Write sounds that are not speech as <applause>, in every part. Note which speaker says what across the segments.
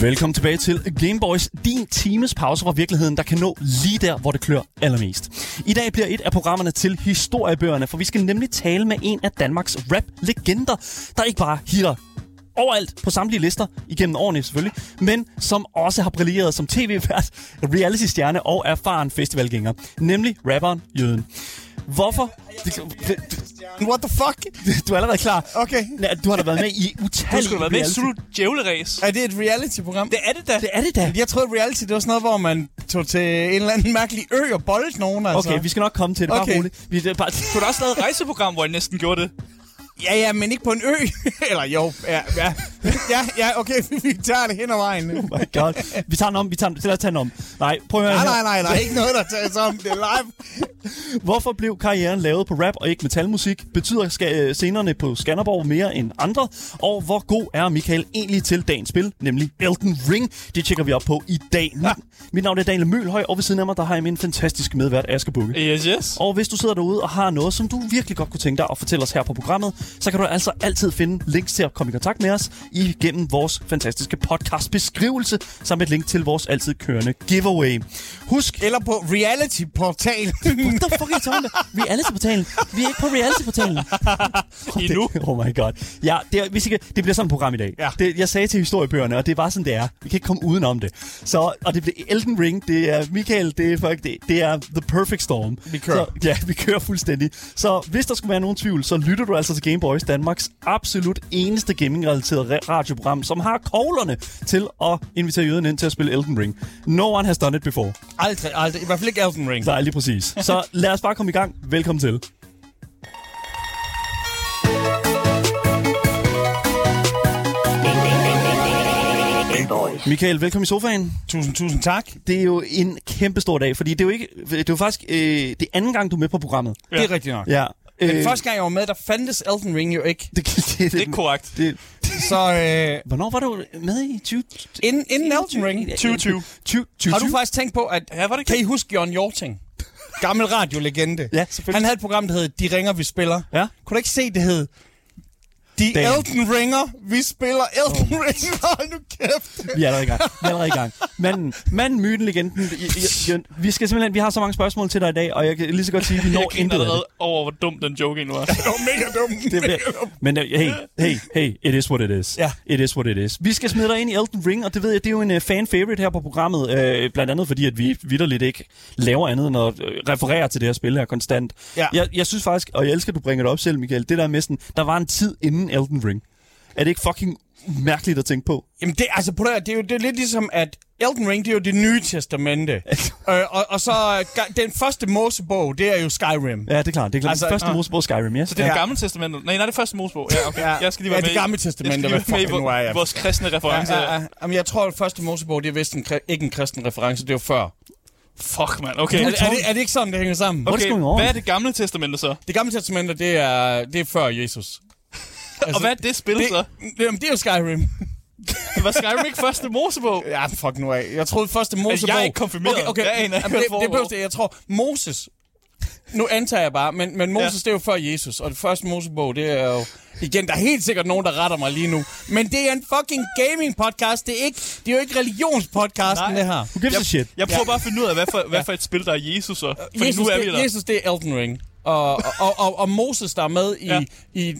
Speaker 1: Velkommen tilbage til Gameboys, din times pause fra virkeligheden, der kan nå lige der, hvor det klør allermest. I dag bliver et af programmerne til historiebøgerne, for vi skal nemlig tale med en af Danmarks rap-legender, der ikke bare hitter overalt på samtlige lister, igennem årene selvfølgelig, men som også har brilleret som tv-vært, reality-stjerne og erfaren festivalgænger, nemlig rapperen Jøden. Hvorfor? What the fuck? Du er allerede klar.
Speaker 2: Okay.
Speaker 1: Ja, Du har da været med i utallige
Speaker 3: Du skulle da være med i
Speaker 1: reality-
Speaker 3: Zulu Djævleræs.
Speaker 2: Er det et reality-program?
Speaker 3: Det er det da.
Speaker 1: Det er det da.
Speaker 2: Jeg troede, reality det var sådan noget, hvor man tog til en eller anden mærkelig ø og boldte nogen, altså.
Speaker 1: Okay, vi skal nok komme til det. Bare okay.
Speaker 2: Okay.
Speaker 1: roligt. Vi, det er bare,
Speaker 3: Du har da også lavet et rejseprogram, hvor jeg næsten gjorde det.
Speaker 2: Ja, ja, men ikke på en ø. <laughs> eller jo, ja, ja. ja, ja, okay, <laughs> vi tager det hen ad vejen.
Speaker 1: <laughs> oh my god. Vi tager den om, vi tager den, lad os tage den om. Nej, prøv at høre
Speaker 2: Nej,
Speaker 1: her.
Speaker 2: nej, nej, der er ikke noget, der tages om. Det er live.
Speaker 1: Hvorfor blev karrieren lavet på rap og ikke metalmusik? Betyder ska- øh, scenerne på Skanderborg mere end andre? Og hvor god er Michael egentlig til dagens spil, nemlig Elden Ring? Det tjekker vi op på i dag. Ja. Mit navn er Daniel Mølhøj, og ved siden af mig, der har jeg min fantastiske medvært Aske Bukke.
Speaker 2: Øh,
Speaker 3: Yes, yes.
Speaker 1: Og hvis du sidder derude og har noget, som du virkelig godt kunne tænke dig at fortælle os her på programmet, så kan du altså altid finde links til at komme i kontakt med os igennem vores fantastiske podcast beskrivelse, samt et link til vores altid kørende giveaway. Husk,
Speaker 2: Eller på reality-portalen.
Speaker 1: What the fuck er I talking about? Reality-portalen. Vi er ikke på
Speaker 2: <laughs>
Speaker 1: reality-portalen.
Speaker 3: Endnu.
Speaker 1: Det, oh my god. Ja, det, er, hvis ikke, det bliver sådan et program i dag.
Speaker 2: Ja.
Speaker 1: Det, jeg sagde til historiebøgerne, og det var sådan, det er. Vi kan ikke komme udenom det. Så, og det bliver Elden Ring, det er Michael, det er, fuck, det, det er The Perfect Storm.
Speaker 2: Vi kører.
Speaker 1: Så, ja, vi kører fuldstændig. Så hvis der skulle være nogen tvivl, så lytter du altså til Game Boys, Danmarks absolut eneste gaming-relateret ra- radioprogram, som har koglerne til at invitere jøden ind til at spille Elden Ring. No one has done it before.
Speaker 2: <laughs> aldrig, aldrig. I hvert fald ikke Elden Ring.
Speaker 1: Nej, lige præcis. Så lad os bare komme i gang. Velkommen til. Michael, velkommen i sofaen.
Speaker 2: Tusind, tusind tak.
Speaker 1: Det er jo en kæmpe stor dag, fordi det er jo, ikke, det er jo faktisk øh, det er anden gang, du er med på programmet.
Speaker 2: Ja. Det er rigtigt nok.
Speaker 1: Ja. Øh,
Speaker 2: Men første gang, jeg var med, der fandtes Elden Ring jo ikke.
Speaker 1: <laughs> det, det, det,
Speaker 3: Det er korrekt.
Speaker 1: det,
Speaker 2: Så øh,
Speaker 1: Hvornår var du med i 20,
Speaker 2: inden, inden Elden Ring,
Speaker 3: 2020.
Speaker 1: 20, 20,
Speaker 2: har du faktisk tænkt på, at...
Speaker 3: Ja, var det
Speaker 2: Kan
Speaker 3: ikke?
Speaker 2: I huske Jørgen Jorting? Gammel radiolegende.
Speaker 1: Ja, selvfølgelig.
Speaker 2: Han havde et program, der hed De Ringer, Vi Spiller.
Speaker 1: Ja.
Speaker 2: Kunne du ikke se, det hed De
Speaker 1: Damn.
Speaker 2: Elden Ringer, Vi Spiller. Elden oh. Ringer, hold nu <laughs> kæft.
Speaker 1: Vi er allerede i gang. Vi er allerede i gang. Manden, manden myten, legenden. I, I, I, vi skal simpelthen, vi har så mange spørgsmål til dig i dag, og jeg kan lige så godt sige, at vi
Speaker 3: Jeg
Speaker 1: når
Speaker 3: griner
Speaker 1: intet af det.
Speaker 3: allerede over, hvor dum den joke egentlig var.
Speaker 2: Det var mega dumt.
Speaker 1: Det bliver, men øh, hey, hey, hey, it is what it is.
Speaker 2: Ja.
Speaker 1: It is what it is. Vi skal smide dig ind i Elden Ring, og det ved jeg, det er jo en uh, fan-favorite her på programmet. Øh, blandt andet fordi, at vi vidderligt ikke laver andet end at øh, referere til det her spil her konstant.
Speaker 2: Ja.
Speaker 1: Jeg, jeg synes faktisk, og jeg elsker, at du bringer det op selv, Michael, det der med sådan, der var en tid inden Elden Ring. Er det ikke fucking mærkeligt at tænke på?
Speaker 2: Jamen, det, altså, på det, her, det, er jo, det er lidt ligesom, at Elden Ring, det er jo det nye testamente. øh, og, og så øh, ga- den første Mosebog, det er jo Skyrim.
Speaker 1: Ja, det er klart. Det er klart. Altså,
Speaker 2: Altså,
Speaker 1: Første
Speaker 2: ah.
Speaker 1: Mosebog Skyrim, ja.
Speaker 3: Så det er
Speaker 2: Ja.
Speaker 3: det gamle testament. Nej, nej, det er første Mosebog. Ja, okay.
Speaker 2: Ja.
Speaker 3: Jeg skal lige
Speaker 2: Ja,
Speaker 3: være med.
Speaker 2: det
Speaker 3: i-
Speaker 2: Gamle Testamente, hvad
Speaker 3: Jeg skal lige være med i
Speaker 2: fucking nu er jeg.
Speaker 3: vor- vores kristne reference.
Speaker 2: Ja, ja, ja. Altså, øh, Jamen, jeg tror, at første Mosebog, det er vist en, kri- ikke en kristen reference, det var før.
Speaker 3: Fuck, mand. Okay.
Speaker 2: Er, det- er, det, er det ikke sådan, det hænger sammen?
Speaker 1: What is
Speaker 3: okay.
Speaker 1: going on?
Speaker 3: Hvad er det gamle testamente så?
Speaker 2: Det gamle testamente, det er, det er før Jesus. Altså,
Speaker 3: <laughs> Og hvad er det spil
Speaker 2: det,
Speaker 3: så?
Speaker 2: det, jamen, det er jo Skyrim.
Speaker 3: Var Skyrim ikke første Mosebog?
Speaker 2: ja, fuck nu af. Jeg troede første Mosebog...
Speaker 3: Altså, jeg er ikke konfirmeret.
Speaker 2: Okay, okay.
Speaker 3: Jeg aner ikke,
Speaker 2: Jamen,
Speaker 3: hvad
Speaker 2: det,
Speaker 3: der
Speaker 2: det
Speaker 3: foregår.
Speaker 2: behøver det, jeg tror. Moses... Nu antager jeg bare, men, men Moses, ja. det er jo før Jesus, og det første Mosebog, det er jo... Igen, der er helt sikkert nogen, der retter mig lige nu. Men det er en fucking gaming-podcast, det er, ikke, det er jo ikke religionspodcasten,
Speaker 3: Nej.
Speaker 2: det her.
Speaker 1: Who gives a shit?
Speaker 3: Jeg prøver bare at finde ud af, hvad for, hvad for et spil, der er Jesus så. Fordi
Speaker 2: Jesus,
Speaker 3: nu er vi
Speaker 2: det,
Speaker 3: der.
Speaker 2: Jesus, det er Elden Ring. Og, og, og, og Moses, der er med i...
Speaker 3: Ja.
Speaker 2: Ja. i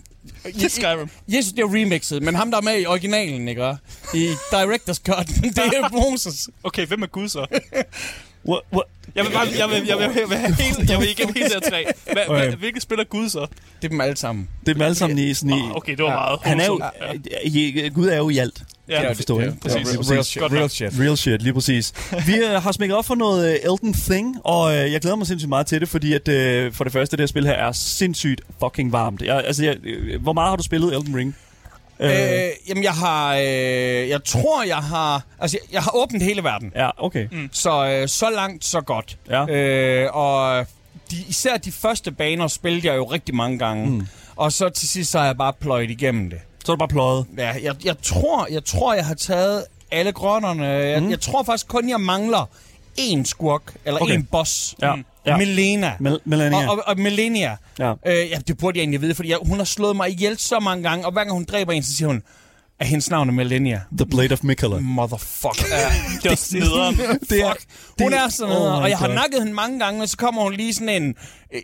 Speaker 3: Det er Skyrim.
Speaker 2: Jesus, det er jo remixet, men ham, der er med i originalen, ikke? hva'? I Director's Cut, <laughs> det er Moses.
Speaker 3: Okay, hvem er Gud så?
Speaker 1: What, what?
Speaker 3: Jeg vil, bare, jeg vil, jeg vil, jeg vil, have hele, jeg vil igennem hele der tre. Hva,
Speaker 1: Okay.
Speaker 3: okay. Hvilket spil er Gud så?
Speaker 2: Det er dem alle sammen.
Speaker 1: Det er dem alle sammen i sådan i...
Speaker 3: Oh, okay, det var meget.
Speaker 1: Han er jo...
Speaker 3: homosomt. Ja.
Speaker 1: Ja. Gud er jo i alt.
Speaker 3: Ja,
Speaker 1: det forstår jeg.
Speaker 3: præcis.
Speaker 2: Real,
Speaker 3: Real
Speaker 2: real,
Speaker 3: shit.
Speaker 2: shit.
Speaker 3: Godt nok.
Speaker 2: real shit.
Speaker 1: Real shit, lige præcis. Vi øh, har smækket op for noget øh, Elden Thing, og øh, jeg glæder mig sindssygt meget til det, fordi at, øh, for det første, det her spil her er sindssygt fucking varmt. Jeg, altså, jeg, øh, hvor meget har du spillet Elden Ring? Øh,
Speaker 2: Øh, jamen, jeg har... Øh, jeg tror, jeg har... Altså, jeg, jeg har åbnet hele verden.
Speaker 1: ja, okay. Mm.
Speaker 2: Så, øh, så langt, så godt.
Speaker 1: Ja.
Speaker 2: Øh, og de, især de første baner spillede jeg jo rigtig mange gange. Mm. Og så til sidst, så har jeg bare pløjet igennem det.
Speaker 1: Så er du bare pløjet.
Speaker 2: Ja, jeg, jeg, tror, jeg tror, jeg har taget alle grønnerne. Jeg,
Speaker 1: Mhm.
Speaker 2: mm. jeg tror faktisk kun, jeg mangler én skurk, eller
Speaker 1: Okay.
Speaker 2: okay. én boss.
Speaker 1: Ja,
Speaker 2: Mm.
Speaker 1: ja.
Speaker 2: Melena.
Speaker 1: Mel- Melania.
Speaker 2: Og, og, og Melania.
Speaker 1: Ja.
Speaker 2: Øh, ja, det burde jeg egentlig vide, fordi jeg, hun har slået mig ihjel så mange gange, og hver gang hun dræber en, så siger hun, at hendes navn er Melania.
Speaker 1: The Blade of Mikkeller. <laughs>
Speaker 2: Motherfucker.
Speaker 3: Ja, det var snederen.
Speaker 2: <laughs>
Speaker 1: Det er,
Speaker 2: Fuck. Hun
Speaker 1: det-
Speaker 2: er sådan
Speaker 1: oh
Speaker 2: noget,
Speaker 1: my
Speaker 2: og jeg har
Speaker 1: God.
Speaker 2: nakket hende mange gange, og så kommer hun lige sådan en,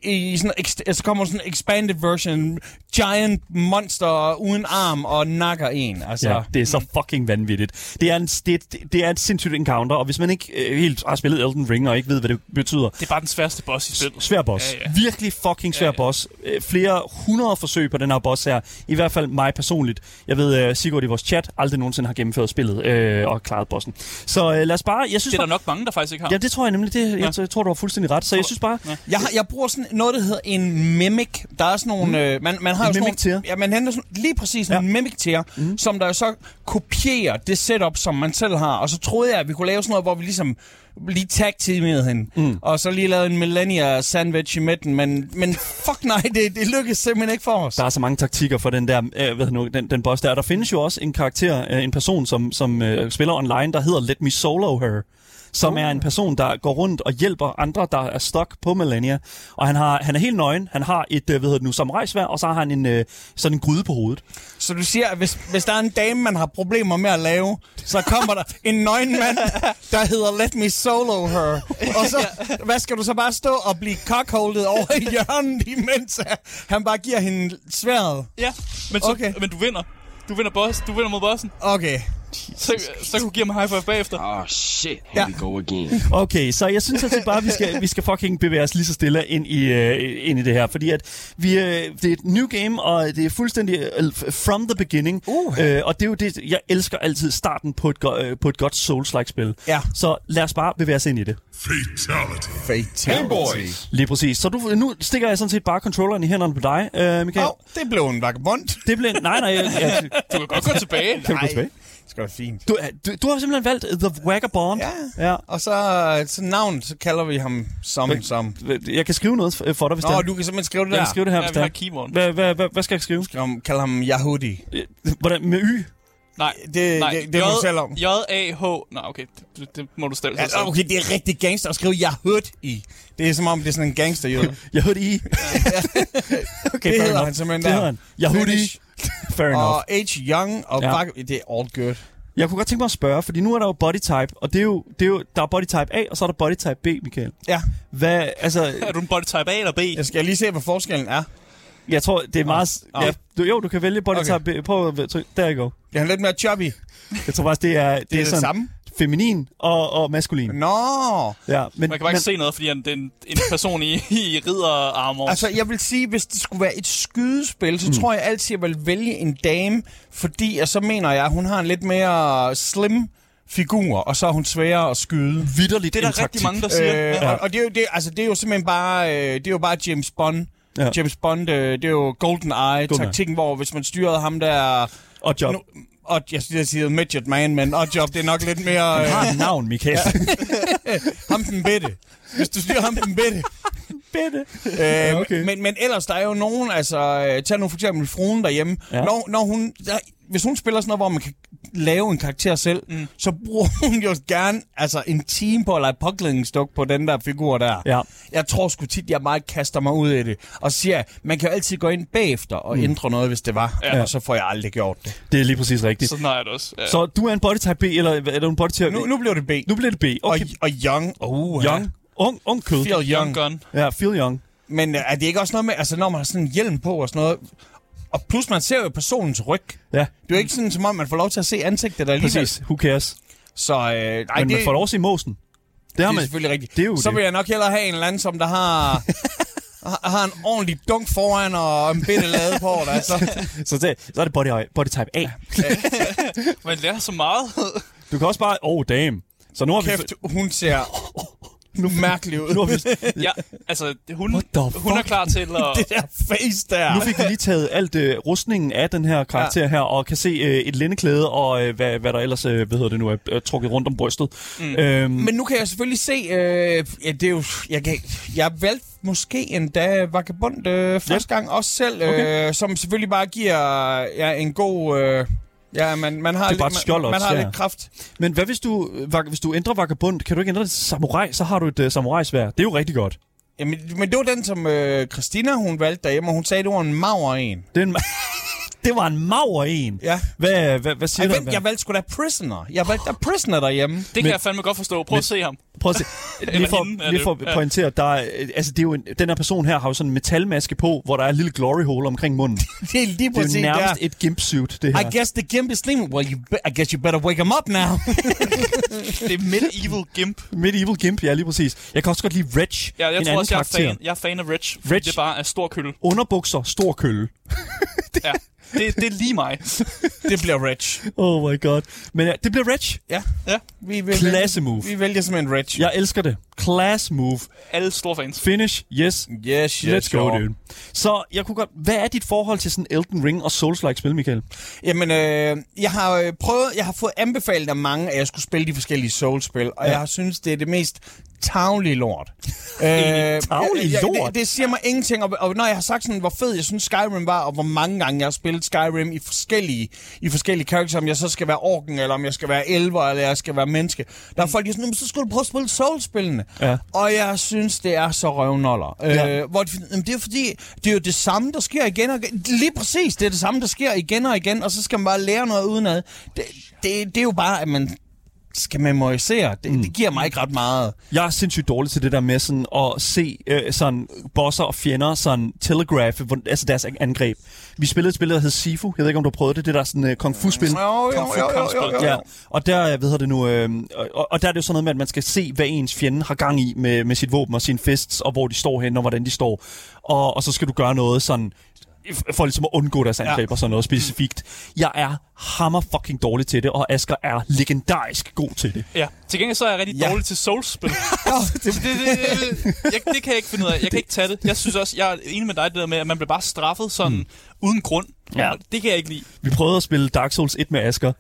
Speaker 2: i, i sådan, ekst- så kommer hun sådan en expanded version, giant monster uden arm og nakker en. Altså,
Speaker 1: Ja, det er så Mm. fucking vanvittigt. Det er, en, det, det, det er et sindssygt encounter, og hvis man ikke øh, helt har spillet Elden Ring og ikke ved, hvad det betyder,
Speaker 3: Det er bare den sværeste boss i spillet.
Speaker 1: svær boss.
Speaker 3: Ja, ja.
Speaker 1: Virkelig fucking svær
Speaker 3: Ja,
Speaker 1: ja,
Speaker 3: ja.
Speaker 1: ja. boss. Øh, Flere hundrede forsøg på den her boss her. I hvert fald mig personligt. Jeg ved, uh, Sigurd i vores chat aldrig nogensinde har gennemført spillet øh, og klaret bossen. Så øh, lad os bare... Jeg synes
Speaker 3: Det er der
Speaker 1: bare,
Speaker 3: nok mange, der faktisk ikke har.
Speaker 1: Ja, det tror jeg nemlig. Det, jeg tror, du har fuldstændig ret. Så jeg synes bare... Ja.
Speaker 2: Jeg, har, jeg bruger sådan noget, der hedder en mimic. Der er sådan nogle... Mm. Øh, man, man har
Speaker 1: En
Speaker 2: jo sådan
Speaker 1: mimic
Speaker 2: nogle,
Speaker 1: tier.
Speaker 2: ja, man henter sådan, lige præcis ja. en mimic tier, mm. som der jo så kopierer det setup, som man selv har. Og så troede jeg, at vi kunne lave sådan noget, hvor vi ligesom lige tag teamede hende. Mm. Og så lige lavede en millennia sandwich i midten. Men, men fuck nej, det, det lykkedes simpelthen ikke for os.
Speaker 1: Der er så mange taktikker for den der, øh, hvad nu, den, den boss der. Der findes jo også en karakter, øh, en person, som, som øh, spiller online, der hedder Let Me Solo Her. Som er en person, der går rundt og hjælper andre, der er stuck på Melania. Og han, har, han er helt nøgen. Han har et, øh, hvad hedder det nu, samurajsvær, og så har han en, øh, sådan en gryde på hovedet.
Speaker 2: Så du siger, at hvis, hvis der er en dame, man har problemer med at lave, så kommer der en nøgen mand, der hedder Let Me Solo Her. Og så, hvad skal du så bare stå og blive cockholdet over i hjørnet, imens at han bare giver hende sværet?
Speaker 3: Ja, men, så,
Speaker 2: Okay.
Speaker 3: okay. men du vinder. Du vinder, boss, du vinder mod bossen.
Speaker 2: Okay.
Speaker 3: Så, så kan du give ham high five bagefter.
Speaker 4: Oh shit, here
Speaker 2: Yeah.
Speaker 4: we go again.
Speaker 1: Okay, så jeg synes altså bare, vi skal, vi skal fucking bevæge os lige så stille ind i, øh, ind i det her. Fordi at vi, øh, det er et new game, og det er fuldstændig øh, from the beginning.
Speaker 2: Uh.
Speaker 1: Øh, og det er jo det, jeg elsker altid starten på et, go- øh, på et godt Souls-like-spil.
Speaker 2: Ja.
Speaker 1: Så lad os bare bevæge os ind i det.
Speaker 2: Fatality.
Speaker 1: Lige præcis. Så du, nu stikker jeg sådan set bare controlleren i hænderne på dig, øh, Michael.
Speaker 2: Åh, oh, det blev en vagabond.
Speaker 1: Det blev... Nej, nej. Jeg, jeg,
Speaker 3: Du kan godt gå tilbage.
Speaker 1: kan du gå tilbage?
Speaker 2: Det skal være fint.
Speaker 1: Du, er- du, du har simpelthen valgt øh, The Vagabond.
Speaker 2: Ja.
Speaker 1: ja.
Speaker 2: Og så, så navn, så kalder vi ham som som.
Speaker 1: Jeg kan skrive noget øh, for dig, hvis det
Speaker 2: Nå,
Speaker 1: er.
Speaker 2: du kan simpelthen skrive det
Speaker 1: Jeg
Speaker 2: der.
Speaker 1: kan skrive det her,
Speaker 3: Ja,
Speaker 1: hvis
Speaker 3: vi
Speaker 1: det
Speaker 3: har
Speaker 1: er.
Speaker 3: keyboarden.
Speaker 1: Hvad, hvad, hvad, hvad skal jeg skrive?
Speaker 2: Om- Kalder ham Yahudi.
Speaker 1: Øh, Hvordan, med Y?
Speaker 3: Nej,
Speaker 2: Det-
Speaker 3: nej.
Speaker 2: det- det må
Speaker 3: J-
Speaker 2: du selv om.
Speaker 3: J-A-H. Nå, okay. Det, det må du selv
Speaker 2: Ja,
Speaker 3: altså,
Speaker 2: okay, det er rigtig gangster at skrive Yahudi. Det er som om, det er sådan en gangsterjøde.
Speaker 1: Jeg hørte I. okay,
Speaker 2: Det
Speaker 1: fair
Speaker 2: hedder
Speaker 1: enough.
Speaker 2: han simpelthen
Speaker 1: Det
Speaker 2: der.
Speaker 1: hedder han. Yahudi.
Speaker 2: Finish.
Speaker 1: <laughs> Fair enough.
Speaker 2: Og H. Young og
Speaker 1: Ja.
Speaker 2: ja. det er all good.
Speaker 1: Jeg kunne godt tænke mig at spørge, fordi nu er der jo body type, og det er jo, det er jo der er body type A, og så er der body type B, Michael.
Speaker 2: Ja.
Speaker 1: Hvad, altså,
Speaker 3: Er du en body type A eller B?
Speaker 2: Jeg skal lige se, hvad forskellen er.
Speaker 1: jeg tror, det er meget...
Speaker 2: Ah.
Speaker 1: Ja, du, jo, du kan vælge body
Speaker 2: Okay.
Speaker 1: type B. Prøv at tryk. Der you go.
Speaker 2: Bliver han lidt mere chubby?
Speaker 1: Jeg tror faktisk, det er, det
Speaker 2: Det
Speaker 1: er
Speaker 2: er det
Speaker 1: sådan
Speaker 2: samme.
Speaker 1: feminin og, og maskulin.
Speaker 2: Nå.
Speaker 1: Ja, men,
Speaker 3: Man kan bare ikke
Speaker 1: men,
Speaker 3: se noget, fordi han, det er en, en person i, i ridderarmor.
Speaker 2: Altså, jeg vil sige, hvis det skulle være et skydespil, så mm. tror jeg altid, jeg vil vælge en dame, fordi og så mener jeg, at hun har en lidt mere slim figur, og så er hun sværere at skyde.
Speaker 1: vidderligt
Speaker 3: det er der
Speaker 1: en taktik.
Speaker 3: rigtig mange, der
Speaker 2: Øh,
Speaker 3: siger. ja.
Speaker 2: og, og det er jo det, altså det er jo simpelthen bare øh, det er jo bare James Bond.
Speaker 1: Ja.
Speaker 2: Ja. James Bond, øh, det er jo Golden Eye taktikken, hvor hvis man styrede ham der
Speaker 1: Og job.
Speaker 2: nu, og jeg skulle lige sige midget man, men og job det er nok lidt mere øh,
Speaker 1: Har et navn, Michael.
Speaker 2: ham den bitte. Hvis du styrer ham den <laughs> bitte.
Speaker 1: <laughs> Bitte.
Speaker 2: Øh,
Speaker 1: okay.
Speaker 2: okay. men, men ellers, der er jo nogen, altså, øh, tag nu for eksempel fruen derhjemme.
Speaker 1: Ja.
Speaker 2: Ja. Når, når hun, der, hvis hun spiller sådan noget, hvor man kan lave en karakter selv, mm. så bruger <laughs> hun jo gerne altså, en time på at lege påklædningsduk på den der figur der.
Speaker 1: Ja.
Speaker 2: Jeg tror sgu tit, jeg meget kaster mig ud i det, og siger, man kan jo altid gå ind bagefter og mm. ændre noget, hvis det var, ja. og så får jeg aldrig gjort det.
Speaker 1: Det er lige præcis rigtigt.
Speaker 3: Sådan har jeg det også. Ja.
Speaker 1: Så du er en body type B, eller er du en body type
Speaker 2: Nu, nu bliver det B.
Speaker 1: nu bliver det B. Okay.
Speaker 2: Og, og Young. Oh,
Speaker 1: Young. Ung, ung kød.
Speaker 2: Feel young.
Speaker 3: Young Gun.
Speaker 1: Ja, feel young.
Speaker 2: Men øh, er det ikke også noget med, altså når man har sådan en hjelm på og sådan noget, og plus man ser jo personens ryg.
Speaker 1: Ja,
Speaker 2: Det er jo ikke sådan, som om man får lov til at se ansigtet der alligevel.
Speaker 1: præcis. Who cares?
Speaker 2: Så øh, nej,
Speaker 1: Ej, Men
Speaker 2: det,
Speaker 1: man får lov at se mosen. Det har
Speaker 2: det er
Speaker 1: man.
Speaker 2: selvfølgelig rigtigt.
Speaker 1: det er jo
Speaker 2: så
Speaker 1: det.
Speaker 2: vil jeg nok hellere have en eller anden, som der
Speaker 1: <laughs>
Speaker 2: har, har, har en ordentlig dunk foran og en bitte lade på.
Speaker 1: <laughs>
Speaker 2: Der, så.
Speaker 1: Så, det, så er det body, body type A.
Speaker 3: Man lærer så meget.
Speaker 1: Du kan også bare... Oh, damn. Så nu har
Speaker 2: Kæft,
Speaker 1: vi...
Speaker 2: hun ser nu mærkelig ud.
Speaker 1: Nu, har vi,
Speaker 3: ja, altså, det- hun,
Speaker 1: What the
Speaker 3: hun er
Speaker 1: fuck?
Speaker 3: klar til at...
Speaker 2: <laughs> det der face der.
Speaker 1: nu fik vi lige taget alt øh, rustningen af den her karakter ja. her, og kan se øh, et lændeklæde, og øh, hvad, hvad der ellers øh, hvad hedder det nu, er øh, trukket rundt om brystet. Mm. Øhm,
Speaker 2: Men nu kan jeg selvfølgelig se, øh, ja, det er jo, jeg, kan, jeg valgte måske endda Vagabond øh, første gang også selv, øh, okay. som selvfølgelig bare giver ja, en god... Øh, ja, man, man har,
Speaker 1: Det er bare et
Speaker 2: lidt, man,
Speaker 1: skjold
Speaker 2: man
Speaker 1: også,
Speaker 2: har
Speaker 1: ja.
Speaker 2: lidt kraft.
Speaker 1: men hvad hvis du, øh, vak- hvis du ændrer vagabond, kan du ikke ændre det til samurai, så har du et øh, samurajsvær. Det er jo rigtig godt.
Speaker 2: Jamen, men det var den, som øh, Christina hun valgte derhjemme, og hun sagde, det var en mager en.
Speaker 1: Det er en, <laughs> det var en maver en.
Speaker 2: Ja.
Speaker 1: Hvad, hvad, hvad
Speaker 2: Jeg,
Speaker 1: siger du? om
Speaker 2: vent,
Speaker 1: det?
Speaker 2: jeg valgte sgu da Prisoner. Jeg valgte da Prisoner derhjemme.
Speaker 3: Det kan jeg fandme godt forstå. Prøv at se ham.
Speaker 1: Prøv at se. Lige
Speaker 3: <laughs> inden
Speaker 1: for,
Speaker 3: er
Speaker 1: lige
Speaker 3: det
Speaker 1: for
Speaker 3: jo.
Speaker 1: at
Speaker 3: Ja.
Speaker 1: pointere, der er, øh, altså, det er jo en, den her person her har jo sådan en metalmaske på, hvor der er en lille glory hole omkring
Speaker 3: <laughs>
Speaker 1: munden. <laughs> Det
Speaker 2: Det er lige præcis
Speaker 1: er jo
Speaker 2: der.
Speaker 1: nærmest et gimp suit, det her.
Speaker 2: I guess the gimp is sleeping. Well, you be- I guess you better wake him
Speaker 1: <laughs>
Speaker 2: up now.
Speaker 3: Det er Medieval Gimp.
Speaker 1: Medieval gimp, ja, lige præcis. Jeg kan også godt lide Wretch,
Speaker 3: Ja, jeg
Speaker 1: en
Speaker 3: tror
Speaker 1: anden
Speaker 3: også, jeg er,
Speaker 1: karakter.
Speaker 3: fan, jeg er fan af Rich.
Speaker 1: Reg.
Speaker 3: Rich. Det bare er stor kølle.
Speaker 1: Underbukser, stor kølle.
Speaker 3: <laughs> Ja. Det, det er lige mig.
Speaker 2: det bliver rich.
Speaker 1: Oh my god. Men ja, det bliver Wretch.
Speaker 2: Ja.
Speaker 3: Ja.
Speaker 2: Vi vil
Speaker 1: Klasse move.
Speaker 2: Vi vælger simpelthen rich.
Speaker 1: Jeg elsker det. Class move.
Speaker 3: Alle store fans.
Speaker 1: Finish, yes.
Speaker 2: Yes, yes,
Speaker 1: Let's go,
Speaker 2: sure.
Speaker 1: dude. Så jeg kunne godt... Hvad er dit forhold til sådan Elden Ring og Souls-like spil, Michael?
Speaker 2: Jamen, øh, jeg har øh, prøvet, jeg har fået anbefalet af mange, at jeg skulle spille de forskellige Souls-spil, og ja. jeg har synes det er det mest tavlige
Speaker 1: <laughs>
Speaker 2: lort. øh,
Speaker 1: tarvelige
Speaker 2: jeg-
Speaker 1: lort?
Speaker 2: Det, det siger mig ingenting, og, og når jeg har sagt sådan, hvor fed jeg synes Skyrim var, og hvor mange gange jeg har spillet Skyrim i forskellige, i forskellige karakterer, om jeg så skal være orken, eller om jeg skal være elver, eller jeg skal være menneske. Der er folk, der er sådan, "Jamen, så skulle du prøve at spille Souls-spillene.
Speaker 1: Ja.
Speaker 2: Og jeg synes, det er så røvnoller.
Speaker 1: Ja.
Speaker 2: Ja. Øh, hvor det, jamen, det er fordi, det er jo det samme, der sker igen og igen. Lige præcis, det er det samme, der sker igen og igen, og så skal man bare lære noget udenad. Det, det, det er jo bare, at man skal memorisere. Det, mm. det giver mig ikke ret meget.
Speaker 1: Jeg er sindssygt dårlig til det der med sådan at se øh, sådan bosser og fjender sådan telegraph, hvor, altså deres angreb. Vi spillede et spil, der hed Sifu. Jeg ved ikke, om du har prøvet det. Det der sådan øh, kung fu-spil. Ja, og der, øh, hvad hedder det nu, øh, og, og der er det jo sådan noget med, at man skal se, hvad ens fjende har gang i med, med sit våben og sine fists, og hvor de står hen, og hvordan de står. Og, og så skal du gøre noget sådan, for ligesom at undgå deres angreb ja. og sådan noget specifikt. Jeg er hammer fucking dårlig til det, og Asger er legendarisk god til det.
Speaker 3: Ja. Til gengæld så er jeg rigtig
Speaker 2: Ja.
Speaker 3: ja. dårlig til
Speaker 1: <laughs>
Speaker 3: Souls-spil. det, det, det, jeg, det kan jeg ikke finde ud af. Jeg kan ikke tage det. Jeg synes også, jeg er enig med dig, det der med, at man bliver bare straffet sådan mm. uden grund.
Speaker 1: Ja.
Speaker 3: Det kan jeg ikke lide.
Speaker 1: Vi prøvede at spille Dark Souls 1 med Asger.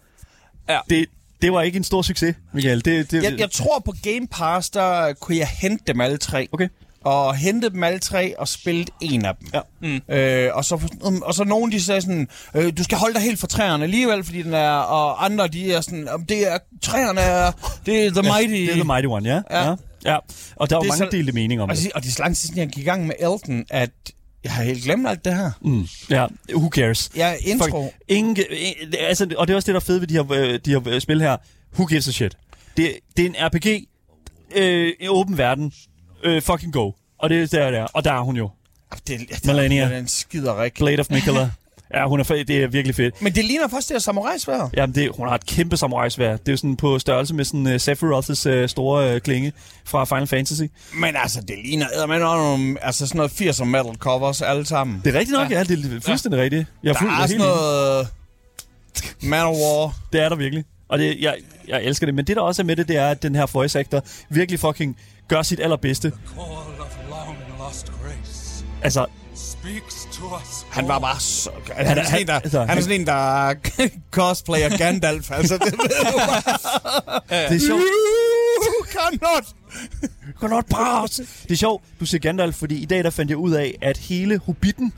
Speaker 3: Ja.
Speaker 1: Det, det var ikke en stor succes, Michael. Det, det,
Speaker 2: Jeg, jeg tror på Game Pass, der kunne jeg hente dem alle tre.
Speaker 1: Okay.
Speaker 2: Og hente dem alle tre og spille en af dem.
Speaker 1: Ja.
Speaker 2: Mm. Øh, og, så, um, og så nogen, de sagde sådan, øh, du skal holde dig helt fra træerne alligevel, fordi den er, og andre, de er sådan, om det er, træerne er, det er The Mighty.
Speaker 1: Det er The Mighty One, ja.
Speaker 2: Ja.
Speaker 1: ja. ja. Og der var
Speaker 2: Det er
Speaker 1: mange
Speaker 2: så- Altså,
Speaker 1: delte meninger om
Speaker 2: Og,
Speaker 1: det.
Speaker 2: så- og det er så lang tid siden, jeg gik i gang med Elton, at jeg har helt glemt alt det her. Mm.
Speaker 1: Ja, who cares?
Speaker 2: Ja, intro.
Speaker 1: Fuck, ingen, ingen- altså, og det er også det, der er fedt ved de her, øh, de her øh, spil her. Who gives a shit? Det, det er en RPG, øh, en åben verden, øh, fucking go. Og det er der, der. Og der er hun jo.
Speaker 2: Det, det,
Speaker 1: Melania.
Speaker 2: det er en skiderik.
Speaker 1: Blade of
Speaker 2: <laughs>
Speaker 1: Mikula. ja, hun er fed. Det er virkelig fedt.
Speaker 2: Men det ligner faktisk det her samurajsvær.
Speaker 1: Jamen, det, hun har et kæmpe samurajsvær. Det er jo sådan på størrelse med sådan uh, Sephiroths uh, store uh, klinge fra Final Fantasy.
Speaker 2: Men altså, det ligner eddermame også nogle, altså sådan noget 80'er metal covers alle sammen.
Speaker 1: Det er rigtigt nok, ja. ja det er fuldstændig ja. rigtigt. Jeg er, fuld,
Speaker 2: Der er sådan noget... øh, Manowar.
Speaker 1: Det er der virkelig. Og det, jeg, jeg elsker det. Men det, der også er med det, det er, at den her voice actor virkelig fucking gør sit allerbedste.
Speaker 4: call of long lost grace
Speaker 1: Altså,
Speaker 4: speaks to us.
Speaker 2: Han var bare så...
Speaker 1: Han
Speaker 2: Han, han,
Speaker 1: er-
Speaker 2: er, sådan en, der,
Speaker 1: han- altså,
Speaker 2: han, han er sådan en, der <laughs> cosplayer Gandalf. altså, det ved du bare.
Speaker 1: det er sjovt.
Speaker 2: You cannot.
Speaker 1: Cannot pass. Det er sjovt, du siger Gandalf, fordi i dag der fandt jeg ud af, at hele Hobbiten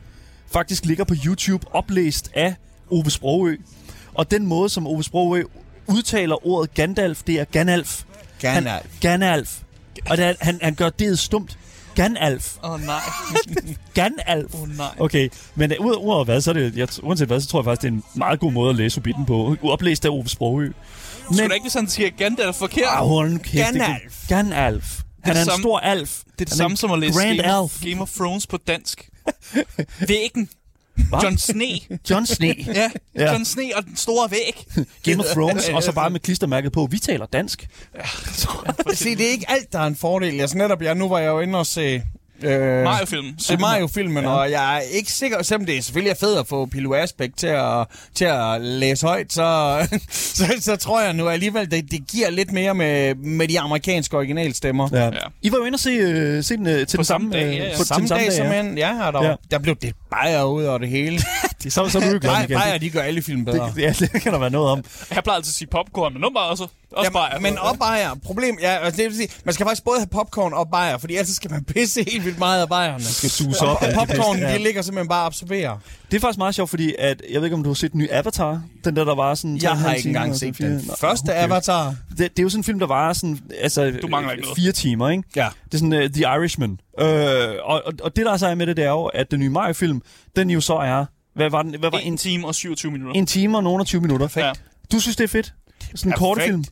Speaker 1: faktisk ligger på YouTube oplæst af Ove Sprogø. Og den måde, som Ove Sprogø udtaler ordet Gandalf, det er Ganalf. Han,
Speaker 2: Gandalf.
Speaker 1: Ganalf. Og det er, han, han gør det stumt. Ganalf.
Speaker 3: Åh oh, nej.
Speaker 1: Ganalf.
Speaker 3: Åh, nej.
Speaker 1: Okay, men øh, ud- udover hvad, så er det, jeg, uanset hvad, så tror jeg faktisk, det er en meget god måde at læse Hobbiten på. Oplæst af Ove Sprogø.
Speaker 3: Skulle
Speaker 1: Men,
Speaker 3: da ikke, hvis han siger Gandalf forkert?
Speaker 1: ah, hold nu kæft. det-
Speaker 2: Ganalf.
Speaker 1: Ganalf. Han er en
Speaker 3: samme-
Speaker 1: stor alf.
Speaker 3: Det er det samme som at læse
Speaker 1: Grand
Speaker 3: Game,
Speaker 1: Alf.
Speaker 3: of, Game of Thrones på
Speaker 1: <laughs>
Speaker 3: dansk. Væggen. John Sne.
Speaker 1: John Sne.
Speaker 3: Ja,
Speaker 1: Ja.
Speaker 3: ja, John Sne og den
Speaker 1: <laughs>
Speaker 3: store væg.
Speaker 1: Game of Thrones, og så bare med klistermærket på, vi taler dansk.
Speaker 2: <laughs> Se, det er ikke alt, der er en fordel. Altså netop, jeg, nu var jeg jo inde og se... Øh,
Speaker 3: Mario-filmen.
Speaker 2: Se Mario-filmen, ja. og jeg er ikke sikker, selvom det er selvfølgelig er fedt at få Pilo Asbæk til at, til at læse højt, så, <laughs> så, så tror jeg nu alligevel, det, det giver lidt mere med, med de amerikanske originalstemmer.
Speaker 1: Ja.
Speaker 3: Ja.
Speaker 1: I var jo inde og se, øh, se den, øh, til den
Speaker 3: samme
Speaker 1: samme,
Speaker 3: dag,
Speaker 1: øh,
Speaker 3: ja, ja.
Speaker 1: på- til
Speaker 2: Samme,
Speaker 1: den
Speaker 2: dag, som
Speaker 1: ja.
Speaker 2: en, ja, der,
Speaker 1: Ja.
Speaker 2: ja. der blev det bajer ud over det
Speaker 1: <laughs>
Speaker 2: hele.
Speaker 1: Så, så er du jo glad,
Speaker 2: Bajer,
Speaker 1: Michael.
Speaker 2: bajer, de gør alle film bedre.
Speaker 1: Ja, det kan der være noget om.
Speaker 3: Jeg plejer altid at sige popcorn, men nu bare også, også
Speaker 2: Jamen,
Speaker 3: bare...
Speaker 2: men og bajer, problem, ja, altså, det vil sige, man skal faktisk både have popcorn og bajer, fordi ellers skal man pisse helt vildt meget af bajerne.
Speaker 1: Skal suse op. alt det pis.
Speaker 2: Popcornen,
Speaker 1: Ja.
Speaker 2: de ligger simpelthen bare og absorberer.
Speaker 1: Det er faktisk meget sjovt, fordi at, jeg ved ikke, om du har set den nye Avatar. Den der, der var sådan... tre og
Speaker 2: Jeg
Speaker 1: en
Speaker 2: har
Speaker 1: halv
Speaker 2: ikke
Speaker 1: time,
Speaker 2: engang
Speaker 1: eller sådan
Speaker 2: set den
Speaker 1: fire- Nå,
Speaker 2: første
Speaker 1: okay.
Speaker 2: Avatar.
Speaker 1: Det, det, er jo sådan en film, der var sådan... Altså,
Speaker 3: Du mangler
Speaker 1: øh,
Speaker 3: ikke noget.
Speaker 1: Fire timer, ikke?
Speaker 2: Ja.
Speaker 1: Det er sådan uh, Øh, The Irishman. Øh, og, og, og, det, der så er med det, det er jo, at den nye Mario-film, den jo så er Hvad var, den, hvad var
Speaker 3: En
Speaker 1: en,
Speaker 3: time og 27 minutter.
Speaker 1: en time og nogen og 20 minutter?
Speaker 3: Ja.
Speaker 1: Du synes, det er fedt? Sådan en
Speaker 2: Perfekt.
Speaker 1: kortfilm?